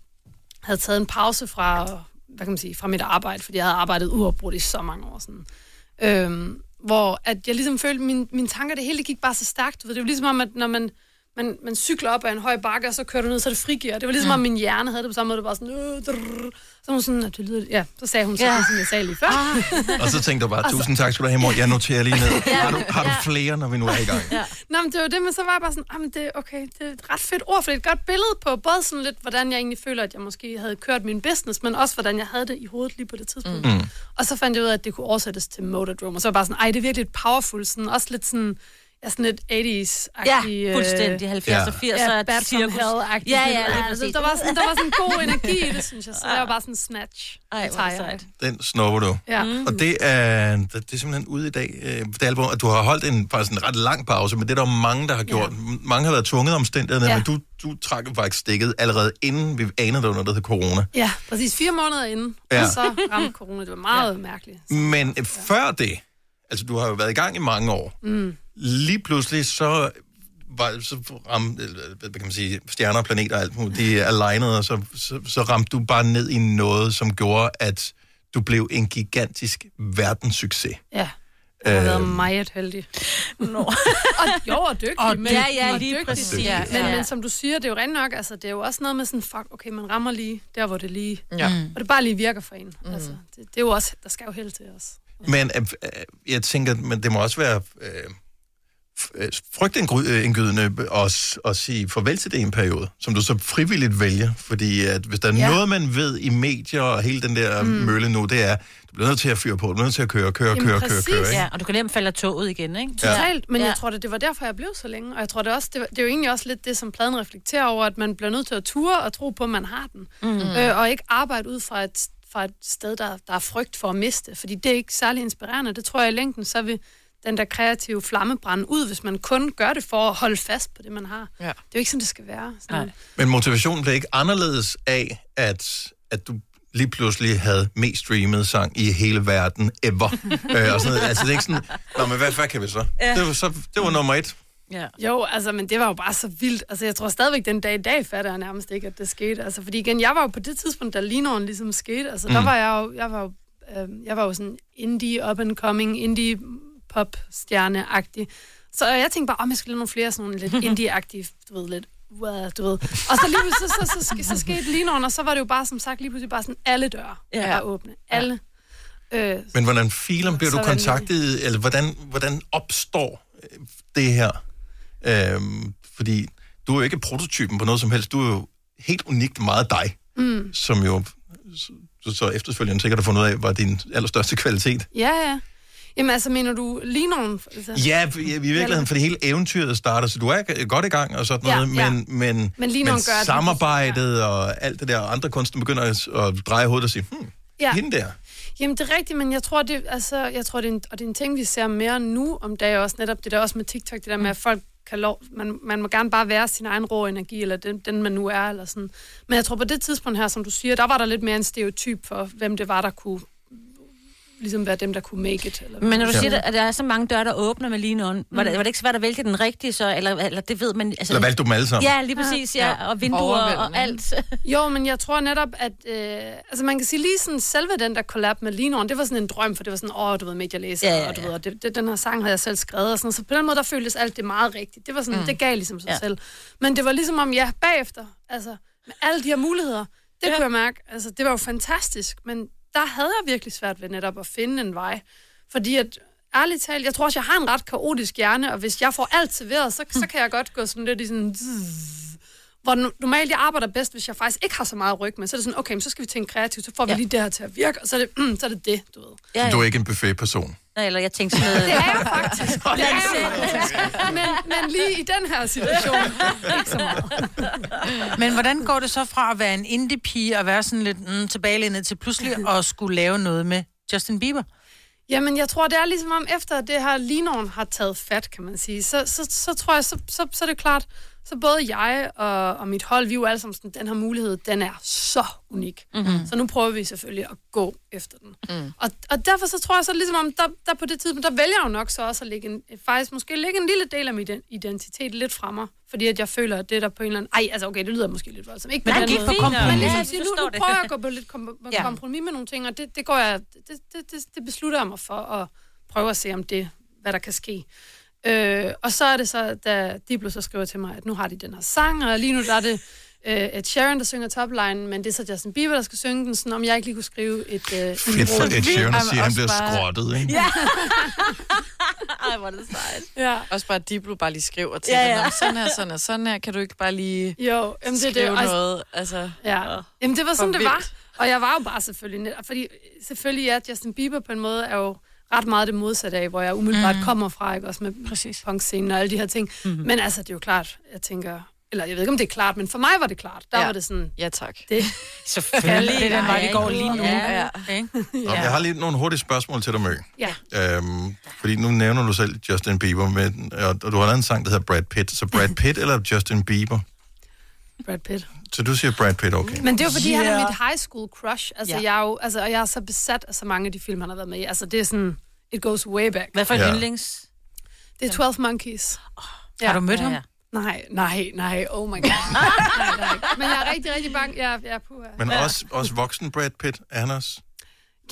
havde taget en pause fra, hvad kan man sige, fra mit arbejde, fordi jeg havde arbejdet uafbrudt i så mange år. Sådan. Øhm, hvor at jeg ligesom følte, mine, mine tanker, det hele det gik bare så stærkt. Du ved, det var ligesom om, at når man, man, man cykler op ad en høj bakke, og så kører du ned, så er det frigear. Det var ligesom om, min hjerne havde det på samme måde. Det var sådan, øh, drrr, så var hun sådan, at det lyder, ja, så sagde hun så, Ja. ja. som jeg sagde lige før.
Og så tænkte du bare,
Og så-
tusind tak skal du have, mor. Jeg noterer lige ned. Har du, har du flere, når vi nu er i gang?
Ja. Nå, men det var det, men så var jeg bare sådan, ah, men det, okay, det er et ret fedt ord, for det er et godt billede på både sådan lidt, hvordan jeg egentlig føler, at jeg måske havde kørt min business, men også hvordan jeg havde det i hovedet lige på det tidspunkt. Mm. Mm. Mm. Og så fandt jeg ud af, at det kunne oversættes til Motordrome, og så var jeg bare sådan, ej, det er virkelig et powerful, sådan, også lidt sådan er sådan et 80's-agtig...
Ja, fuldstændig. 70'er, 80'er,
Ja, Bad from
cirkus.
Hell-agtigt.
Ja, ja, lige
Jeg synes,
præcis.
der, var sådan, der var sådan en god energi i det, synes jeg. Så det var bare sådan en snatch. Ej, hvor sejt.
Den snupper du.
Ja.
Mm.
Og det er, det er simpelthen ude i dag, øh, det album, at du har holdt en, faktisk en ret lang pause, men det er der jo mange, der har gjort. Ja. Mange har været tvunget af omstændighederne,
Ja.
ja. men du, du trak jo faktisk stikket allerede inden vi anede, der var noget, der hed corona.
Ja, præcis. Fire måneder inden,
Ja.
og så ramte corona. Det var meget ja. mærkeligt.
Men ja. før det, altså du har jo været i gang i mange år,
Mm.
lige pludselig så var, så ramte, eller, hvad kan man sige, stjerner og planeter og alt muligt, de alignede, og så, så, så ramte du bare ned i noget, som gjorde, at du blev en gigantisk verdenssucces.
Ja. Jeg har været
Øhm.
meget heldig. Nå. og jo, og dygtig.
Og
men,
ja, ja,
og
lige
dygtig.
præcis,
Ja,
ja.
men,
Ja.
men som du siger, det er jo rent nok, altså, det er jo også noget med sådan, fuck, okay, man rammer lige der, hvor det lige...
Ja. Mm.
Og det bare lige virker for en. Mm. Altså, det, det, er jo også, der skal jo held til os.
Men øh, øh, jeg tænker, men det må også være øh, f- øh, frygtindgydende at, at sige farvel til det i en periode, som du så frivilligt vælger. Fordi at hvis der er
Ja.
ja. noget, man ved i medier og hele den der
Mm.
mm. mølle nu, det er, du bliver nødt til at fyre på, du bliver nødt til at køre, køre, køre, køre, køre. Ikke?
Ja, og du kan nemt falde af toget igen, ikke?
Totalt, men
Ja.
jeg tror, det, det var derfor, jeg blev så længe. Og jeg tror det også, det, var, det er jo egentlig også lidt det, som pladen reflekterer over, at man bliver nødt til at ture og tro på, at man har den.
Mm.
Mm. Øh, og ikke arbejde ud fra et, fra et sted, der, der er frygt for at miste. Fordi det er ikke særlig inspirerende. Det tror jeg i længden, så vil den der kreative flamme brænde ud, hvis man kun gør det for at holde fast på det, man har. Ja. Det er jo ikke sådan, det skal være. Sådan.
Men motivationen blev ikke anderledes af, at, at du lige pludselig havde mest streamet sang i hele verden ever. øh, og sådan noget. Altså, det er ikke sådan, Nå, men hvad, hvad kan vi så?
Ja.
Ja. Det, var så? det var nummer et.
Ja. Jo, altså, men det var jo bare så vildt. Altså, jeg tror stadigvæk, den dag i dag fatter jeg nærmest ikke, at det skete. Altså, fordi igen, jeg var jo på det tidspunkt, da Linoren ligesom skete. Altså, der
Mm.
var jeg jo, jeg var jo, øh, jeg var jo sådan indie up and coming, indie pop stjerne agtig Så jeg tænkte bare, om jeg skulle lave nogle flere sådan nogle lidt indie-agtige, du ved, lidt wow, du ved. Og så lige pludselig, så, så, så, så, så skete Linoren, og så var det jo bare, som sagt, lige pludselig bare sådan, alle døre ja. var åbne. Alle. Øh,
Men hvordan filen bliver
Så
du
vanvittigt.
kontaktet, eller hvordan, hvordan opstår øh, det her? Øhm, fordi du er jo ikke prototypen på noget som helst, du er jo helt unikt meget dig,
mm.
som jo s- du så efterfølgende sikkert har fundet ud af, var din allerstørste kvalitet.
Ja, ja. Jamen altså, mener du Linoren? Altså,
Ja, for- ja, i virkeligheden, fordi hele eventyret starter, så du er g- godt i gang og sådan
Ja,
noget,
ja.
men, men,
Men lige nu gør det.
samarbejdet og alt det der, og andre kunstnere begynder at, s- at dreje hovedet og sige, hmm,
Ja.
hende der.
Jamen, det er rigtigt, men jeg tror, det, altså, jeg tror, det er en, og det er en ting, vi ser mere nu om dagen også. Netop det der også med TikTok, det der
Mm.
med, at folk kan lov, man, man må gerne bare være sin egen rå energi, eller den, den, man nu er, eller sådan. Men jeg tror, på det tidspunkt her, som du siger, der var der lidt mere en stereotyp for, hvem det var, der kunne ligesom være dem, der kunne make it. Eller hvad
Men når du
man
siger, at der er så mange døre, der åbner med lige nogen, var, det, var det ikke svært at vælge den rigtige så, eller, eller det ved man... Altså,
Eller valgte du dem alle sammen?
Ja, lige præcis, ja, ja. og vinduer og alt.
jo, men jeg tror netop, at... Øh, altså, man kan sige lige sådan, selve den der collab med Linoren, det var sådan en drøm, for det var sådan, åh, du ved, medielæser,
Ja,
ja,
ja,
ja, og du ved, og det, det, den her sang havde jeg selv skrevet, og sådan, så på den måde, der føltes alt det meget rigtigt. Det var sådan,
Mm.
mm. det gav ligesom sig
Ja.
ja. selv. Men det var ligesom om, ja, bagefter, altså, med alle de her muligheder, det ja. kunne jeg mærke, altså, det var jo fantastisk, men der havde jeg virkelig svært ved netop at finde en vej, fordi at, ærligt talt, jeg tror også, jeg har en ret kaotisk hjerne, og hvis jeg får alt serveret, så,
Hm.
så kan jeg godt gå sådan lidt i sådan... Hvor no- normalt jeg arbejder bedst, hvis jeg faktisk ikke har så meget ryg med, så er det sådan, okay, men så skal vi tænke kreativt, så får vi lige det her til at virke, og så er det, mm, så er det, det, du ved.
Ja, ja. Du er ikke en buffetperson.
Nej, eller jeg tænkte sådan noget...
Det er jeg faktisk. Det er jeg faktisk. Men, men lige i den her situation, ikke så meget.
Men hvordan går det så fra at være en indie-pige og være sådan lidt mm, tilbagelænet til pludselig at skulle lave noget med Justin Bieber?
Jamen, jeg tror, det er ligesom om, efter det her linoren har taget fat, kan man sige, så, så, så tror jeg, så, så, så er det klart, så både jeg og, og mit hold, vi er jo alle sammen sådan, den her mulighed, den er så unik.
Mhm.
Mm-hmm. Så nu prøver vi selvfølgelig at gå efter den. Mm. Og, og derfor så tror jeg så ligesom om, der, der på det tidspunkt, der vælger jeg jo nok så også at lægge en, faktisk måske lægge en lille del af min iden- identitet lidt fra mig, fordi at jeg føler, at det er der på en eller anden... Ej, altså okay, det lyder måske lidt voldsomt. Ikke
Men
på
det
den
gik
måde.
på kompromis.
Men ligesom,
Ja,
at sige, nu,
forstår
nu
det.
prøver jeg at gå på lidt kom,
Ja.
ja. kompromis med nogle ting, og det, det går jeg... Det, det, det, det beslutter jeg mig for at prøve at se, om det, hvad der kan ske. Øh, og så er det så, da Diplo så skriver til mig, at nu har de den her sang, og lige nu der er det øh, Ed Sheeran, der synger topline, men det er så Justin Bieber, der skal synge den, sådan om jeg ikke lige kunne skrive et... Øh, en
Fedt for
ord.
Ed Sheeran at sige, at han bliver skrottet, ikke?
Ja.
Ej, hvor er det sejt.
Ja.
Også bare, at Diplo bare lige skriver til
Ja,
ja,
ja.
ja. Dem, sådan her, sådan her, sådan her, kan du ikke bare lige
Jo, jamen, det er det.
skrive
Og-
noget? Altså,
Ja. Jamen, det var
hvor
sådan, det var.
vildt.
Og jeg var jo bare selvfølgelig... Net, fordi selvfølgelig er Justin Bieber på en måde er jo ret meget det modsatte af, hvor jeg umiddelbart mm. kommer fra, ikke? også med Præcis. punkscenen og alle de her ting.
Mhm.
Mm-hmm. Men altså, det er jo klart, jeg tænker, eller jeg ved ikke, om det er klart, men for mig var det klart. Der
Ja.
ja. var det sådan...
Ja, tak.
Det.
Selvfølgelig. Det er den vej, det går lige nu.
Ja.
Ikke?
Nå, men Jeg har lige nogle hurtige spørgsmål til dig, Mø.
ja.
Øhm, fordi nu nævner du selv Justin Bieber, men, og, og du har lavet en sang, der hedder Brad Pitt. Så Brad Pitt eller Justin Bieber?
Brad Pitt.
Så du siger Brad Pitt, okay.
Men det er jo fordi, yeah. han
Yeah.
er mit high school crush. Altså,
Ja.
yeah. jeg er jo, altså, og jeg er så besat af så mange af de film, han har været med i. Altså, det er sådan, it goes way back.
Hvad for et Ja. yndlings?
Det er 12 Monkeys. Oh,
Har du mødt ham?
Nej, nej, nej. Oh my god. nej, nej. Men jeg er rigtig, rigtig bange. Jeg, jeg er på...
Men
ja.
også, også voksen Brad Pitt, er han også?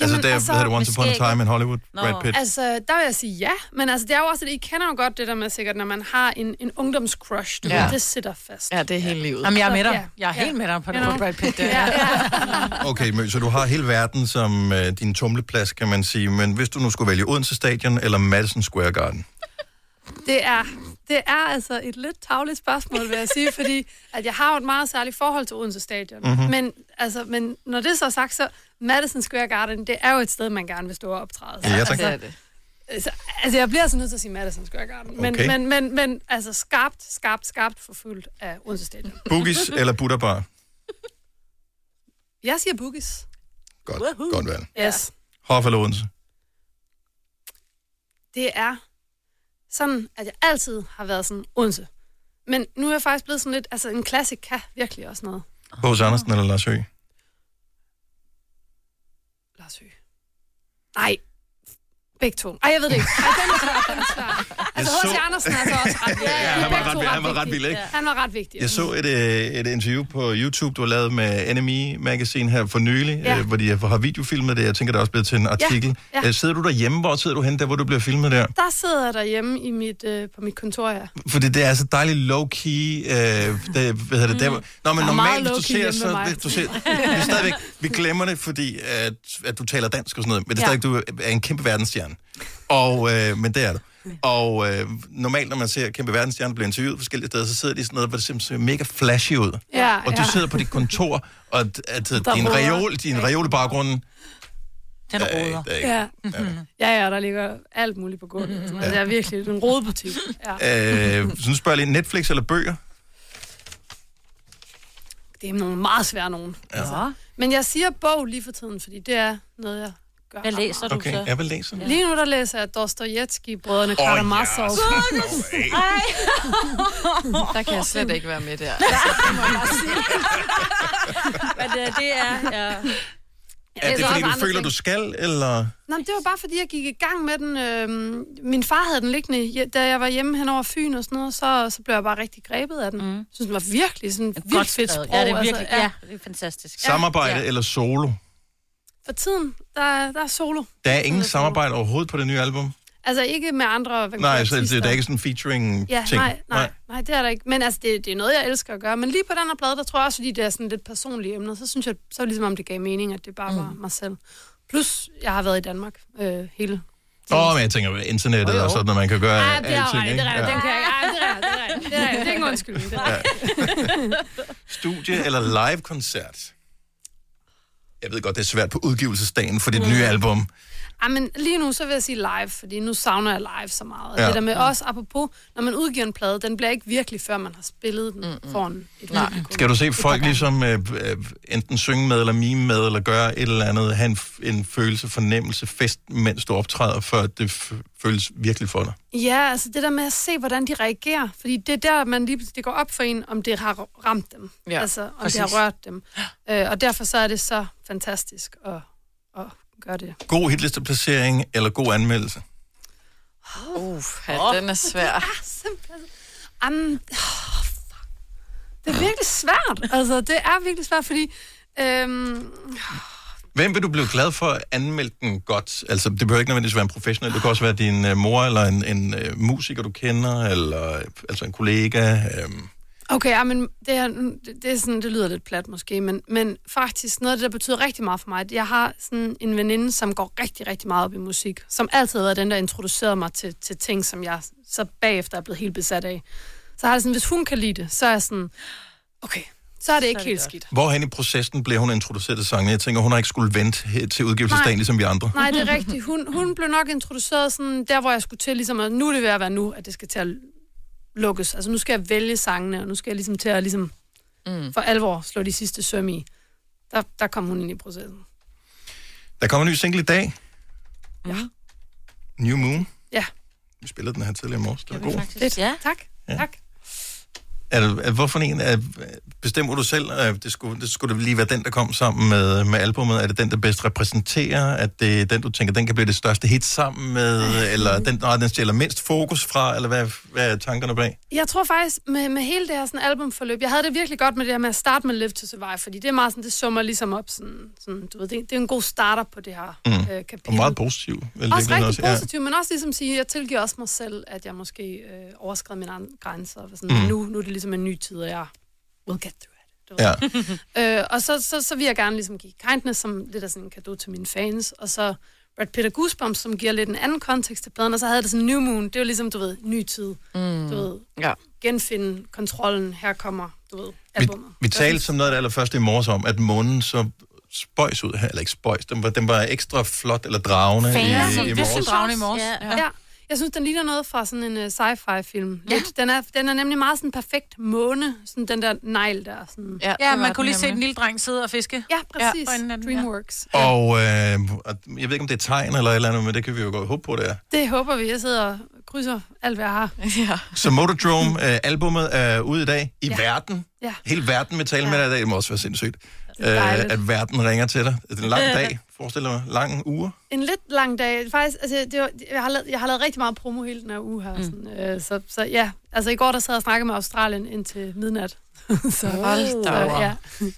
altså, det er, altså, hvad hedder det, Once
med
Upon a
skægget.
Time in Hollywood, Brad Pitt.
Altså, der vil jeg sige ja, men altså, det er jo også, at I kender jo godt det der med sikkert, når man har en, en ungdomscrush, du
Ja.
ja. ved, det sidder fast. Altså,
Ja, det er hele livet.
Jamen, jeg er med dig.
Ja.
Jeg er helt med dig på det.
You know?
på Brad Pitt.
Ja, ja.
Okay, Mø, så du har hele verden som øh, din tumleplads, kan man sige. Men hvis du nu skulle vælge Odense Stadion eller Madison Square Garden?
Det er, det er altså et lidt tavligt spørgsmål, vil jeg sige, fordi at jeg har jo et meget særligt forhold til Odense Stadion.
Mhm.
Mm-hmm. Men, altså, men når det så er sagt, så Madison Square Garden, det er jo et sted, man gerne vil stå og optræde.
Ja, tak.
altså,
Det er det.
Altså, altså, jeg bliver altså nødt til at sige Madison Square Garden. Men,
Okay.
men, men, men altså, skarpt, skarpt, skarpt forfulgt af Odense Stadion.
Boogies eller Buddha Bar?
Jeg siger Boogies.
Godt, godt valg.
Yes.
Hoff eller Odense?
det er sådan, at jeg altid har været sådan Odense. Men nu er jeg faktisk blevet sådan lidt, altså en klassik kan virkelig også noget.
Hos Andersen eller Lars Høgh?
Lars Høgh. Nej, begge to. Ej, jeg ved det ikke. Ej, den er svær, den er svær. Altså,
Jeg
H.C.
så-
Andersen er altså også ret vigtig.
Ja,
De er
han var
begge
ret
to
vi- han var ret
vigtige.
vild, ikke?
Ja. Han var ret vigtig.
Jeg så et, øh, et interview på YouTube, du har lavet med NME Magazine her for nylig, ja.
Ja.
øh, hvor de har videofilmet det. Jeg tænker, det er også blevet til en artikel. Ja.
ja.
Ja. Sidder du derhjemme? Hvor sidder du hen, der hvor du bliver filmet der?
Der sidder jeg derhjemme i mit, øh, på mit kontor, ja.
Fordi det er så dejligt low-key. Øh, det, hvad hedder det, der, hvor- Nå, men
Mm. Der er meget
normalt, hvis du
low-key
ser,
hjemme ved
så...
mig.
Det, du ser, det er stadigvæk, vi glemmer det, fordi at, at du taler dansk og sådan noget, men det er
Ja.
stadigvæk, du er en kæmpe verdensstjerne. Og, øh, men det er du. Og øh, normalt, når man ser kæmpe verdensstjerner blive interviewet forskellige steder, så sidder de sådan noget, hvor det simpelthen ser mega flashy ud.
Ja,
og du
ja.
sidder på dit kontor, og at, at, øh,
Der
din,
roder.
reol, din øh, reol i baggrunden...
Den
roder.
Ja. ja, ja, der ligger alt muligt på gulvet. Altså, det er virkelig en rodebutik. Ja.
Øh, så nu spørger jeg lige, Netflix eller bøger?
Det er nogle meget svære nogen. Altså.
Ja.
Men jeg siger bog lige for tiden, fordi det er noget, jeg gør.
Hvad
ret
læser
meget.
du Okay, så?
ja, hvad læser du?
Lige nu der læser jeg Dostojevski, Brødrene oh,
Åh, ja,
Karamazov.
så
er- Ej.
Der kan jeg slet ikke være med der.
Men øh, det er... Ja.
Er det, fordi du føler, du skal, eller...
Nå, men det var bare, fordi jeg gik i gang med den. Øhm, min far havde den liggende, hje- da jeg var hjemme hen over Fyn og sådan noget, så, så blev jeg bare rigtig grebet af den. Mm. Jeg synes, den var virkelig sådan et vildt fedt
skrevet.
sprog. altså,
Ja, det er virkelig- ja, det er fantastisk.
Samarbejde eller solo?
For tiden, der, der er solo.
Der er ingen samarbejde overhovedet på det nye album?
Altså ikke med andre hvad kan man
Nej,
sige,
så det,
artister.
det er ikke sådan en featuring-ting?
Ja, nej, nej, nej, det er der ikke. Men altså, det, det er noget, jeg elsker at gøre. Men lige på den her plade, der tror jeg også, fordi det er sådan lidt personlige emner, så synes jeg, så ligesom om det gav mening, at det bare
Mm.
var mig selv. Plus, jeg har været i Danmark øh, hele...
Åh, men jeg tænker, internettet og sådan noget, man kan gøre
Ej, det er jo
alting,
rigtigt, det
ikke?
er rigtigt, den
Ja.
kan jeg ikke. Ej, det er rigtigt, det er rigtigt. Det er rigtigt, det er ikke en undskyldning, det er
Studie eller live-koncert? Jeg ved godt, det er svært på udgivelsesdagen for dit
Mm.
nye album.
Ej, men lige nu, så vil jeg sige live, fordi nu savner jeg live så meget. Og
Ja. Mm.
Det der med også, apropos, når man udgiver en plade, den bliver ikke virkelig, før man har spillet den mm-hmm. foran et publikum.
Skal du se
Et par
folk
gange.
ligesom øh, øh, enten synge med, eller mime med, eller gøre et eller andet, have en, f- en følelse, fornemmelse, fest, mens du optræder, før det f- føles virkelig for dig?
Ja, altså det der med at se, hvordan de reagerer. Fordi det er der, man lige pludselig det går op for en, om det har ramt dem.
Ja,
altså, om
præcis.
det har rørt dem. Øh, og derfor så er det så fantastisk at, at gøre det.
God hitlisteplacering eller god anmeldelse?
Uh, ja, den er svær.
Det er simpelthen... Um, oh, fuck. det er virkelig svært. Altså, det er virkelig svært, fordi... Øhm,
Hvem vil du blive glad for at anmelde den godt? Altså, det behøver ikke nødvendigvis være en professionel. Det kan også være din øh, mor, eller en, en øh, musiker, du kender, eller øh, altså en kollega. Øh.
Okay, ja, men det, er, det, det, er sådan, det lyder lidt plat måske, men, men faktisk noget af det, der betyder rigtig meget for mig, det- jeg har sådan en veninde, som går rigtig, rigtig meget op i musik, som altid har været den, der introducerede mig til, til ting, som jeg så bagefter er blevet helt besat af. Så har jeg sådan, hvis hun kan lide det, så er jeg sådan, okay, så er det ikke helt skidt.
Hvorhen i processen blev hun introduceret til sangene? Jeg tænker, hun har ikke skulle vente he- til udgivelsesdagen, ligesom vi andre.
Nej, det er rigtigt. Hun, hun blev nok introduceret sådan der, hvor jeg skulle til, ligesom, at nu er det ved at være nu, at det skal til at lukkes. Altså nu skal jeg vælge sangene, og nu skal jeg ligesom til at ligesom, mm. for alvor slå de sidste søm i. Der, der kom hun ind i processen.
Der kommer en ny single i dag,
Ja.
New Moon.
Ja.
Vi spillede den her tidligere i morges. Det var god.
Fedt. Ja. Tak.
Ja.
Ja. Tak.
Er, du- er, hvorfor en? Er, bestemmer du selv, at det skulle, det skulle det lige være den, der kom sammen med, med albummet? Er det den, der bedst repræsenterer? At det er den, du tænker, den kan blive det største hit sammen med? Eller den, nej, den stjæler mindst fokus fra? Eller hvad, hvad er tankerne bag?
Jeg tror faktisk, med, med hele det her sådan, albumforløb, jeg havde det virkelig godt med det her med at starte med Live to Survive, fordi det er meget sådan, det summer ligesom op sådan, sådan du ved, det, det er en god starter på det her mm. øh, kapitel.
Og meget positiv. vel,
Også
virkelig
rigtig
også.
også,
Ja.
positiv, ja. men også ligesom sige, jeg tilgiver også mig selv, at jeg måske øh, overskred mine andre grænser. Og var sådan,
Mm.
mm. nu, nu er det ligesom en ny tid, og jeg will get through it. Du
Ja.
ved. øh, og så, så, så vil jeg gerne ligesom give kindness som lidt af sådan en gave til mine fans, og så Brad Pitt og Goosebumps, som giver lidt en anden kontekst til pladen, og så havde det sådan New Moon, det var ligesom, du ved, ny tid. Mm. Du ved,
ja.
genfinde kontrollen, her kommer, du ved,
Vi,
albumet.
vi talte som noget af det allerførste i morges om, at månen så spøjs ud her, eller ikke spøjs, den var, den var ekstra flot eller dragende i, i, i morges.
Dragen i morges.
Ja. ja. Jeg synes, den ligner noget fra sådan en uh, sci-fi-film. Ja. Den, er, den er nemlig meget sådan en perfekt måne, sådan den der negl der. Sådan.
Ja, ja man kunne lige se den lille dreng sidde og fiske.
Ja, præcis.
for enden af den, Ja,
Dreamworks.
Og øh, og jeg ved ikke, om det er tegn eller et eller andet, men det kan vi jo godt håbe på, det er.
Det håber vi. Jeg sidder og krydser alt, hvad jeg har. Ja.
Så Motordrome, øh, albumet er ude i dag i
Ja.
verden.
Ja.
Hele verden vil tale med dig i dag. Det må også være sindssygt, øh,
dejligt.
at verden ringer til dig. Det er en lang
Øh.
dag, forestiller mig. Lang uge.
En lidt lang dag. Faktisk, altså, det var, jeg, har lavet, jeg har lavet rigtig meget promo hele den her uge her. Sådan, øh, så, så ja, altså i går der sad jeg og snakkede med Australien indtil midnat. så,
Hold da
så,
op.
ja.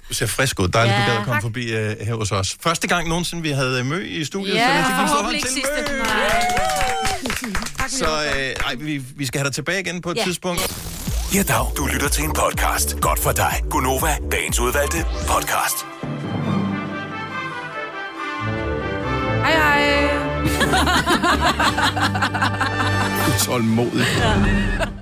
Du ser frisk ud. Dejligt, ja,
Ja,
du gad at komme
tak.
forbi øh, her hos os. Første gang nogensinde, vi havde øh, Mø i studiet. så lad os give en stor hånd til Mø. Så øh, ej, vi, vi skal have dig tilbage igen på et
Ja.
tidspunkt.
Ja, dag. Du lytter til en podcast. Godt for dig. Gunova, dagens udvalgte podcast.
Hej, hej.
Tålmodig.
Ja.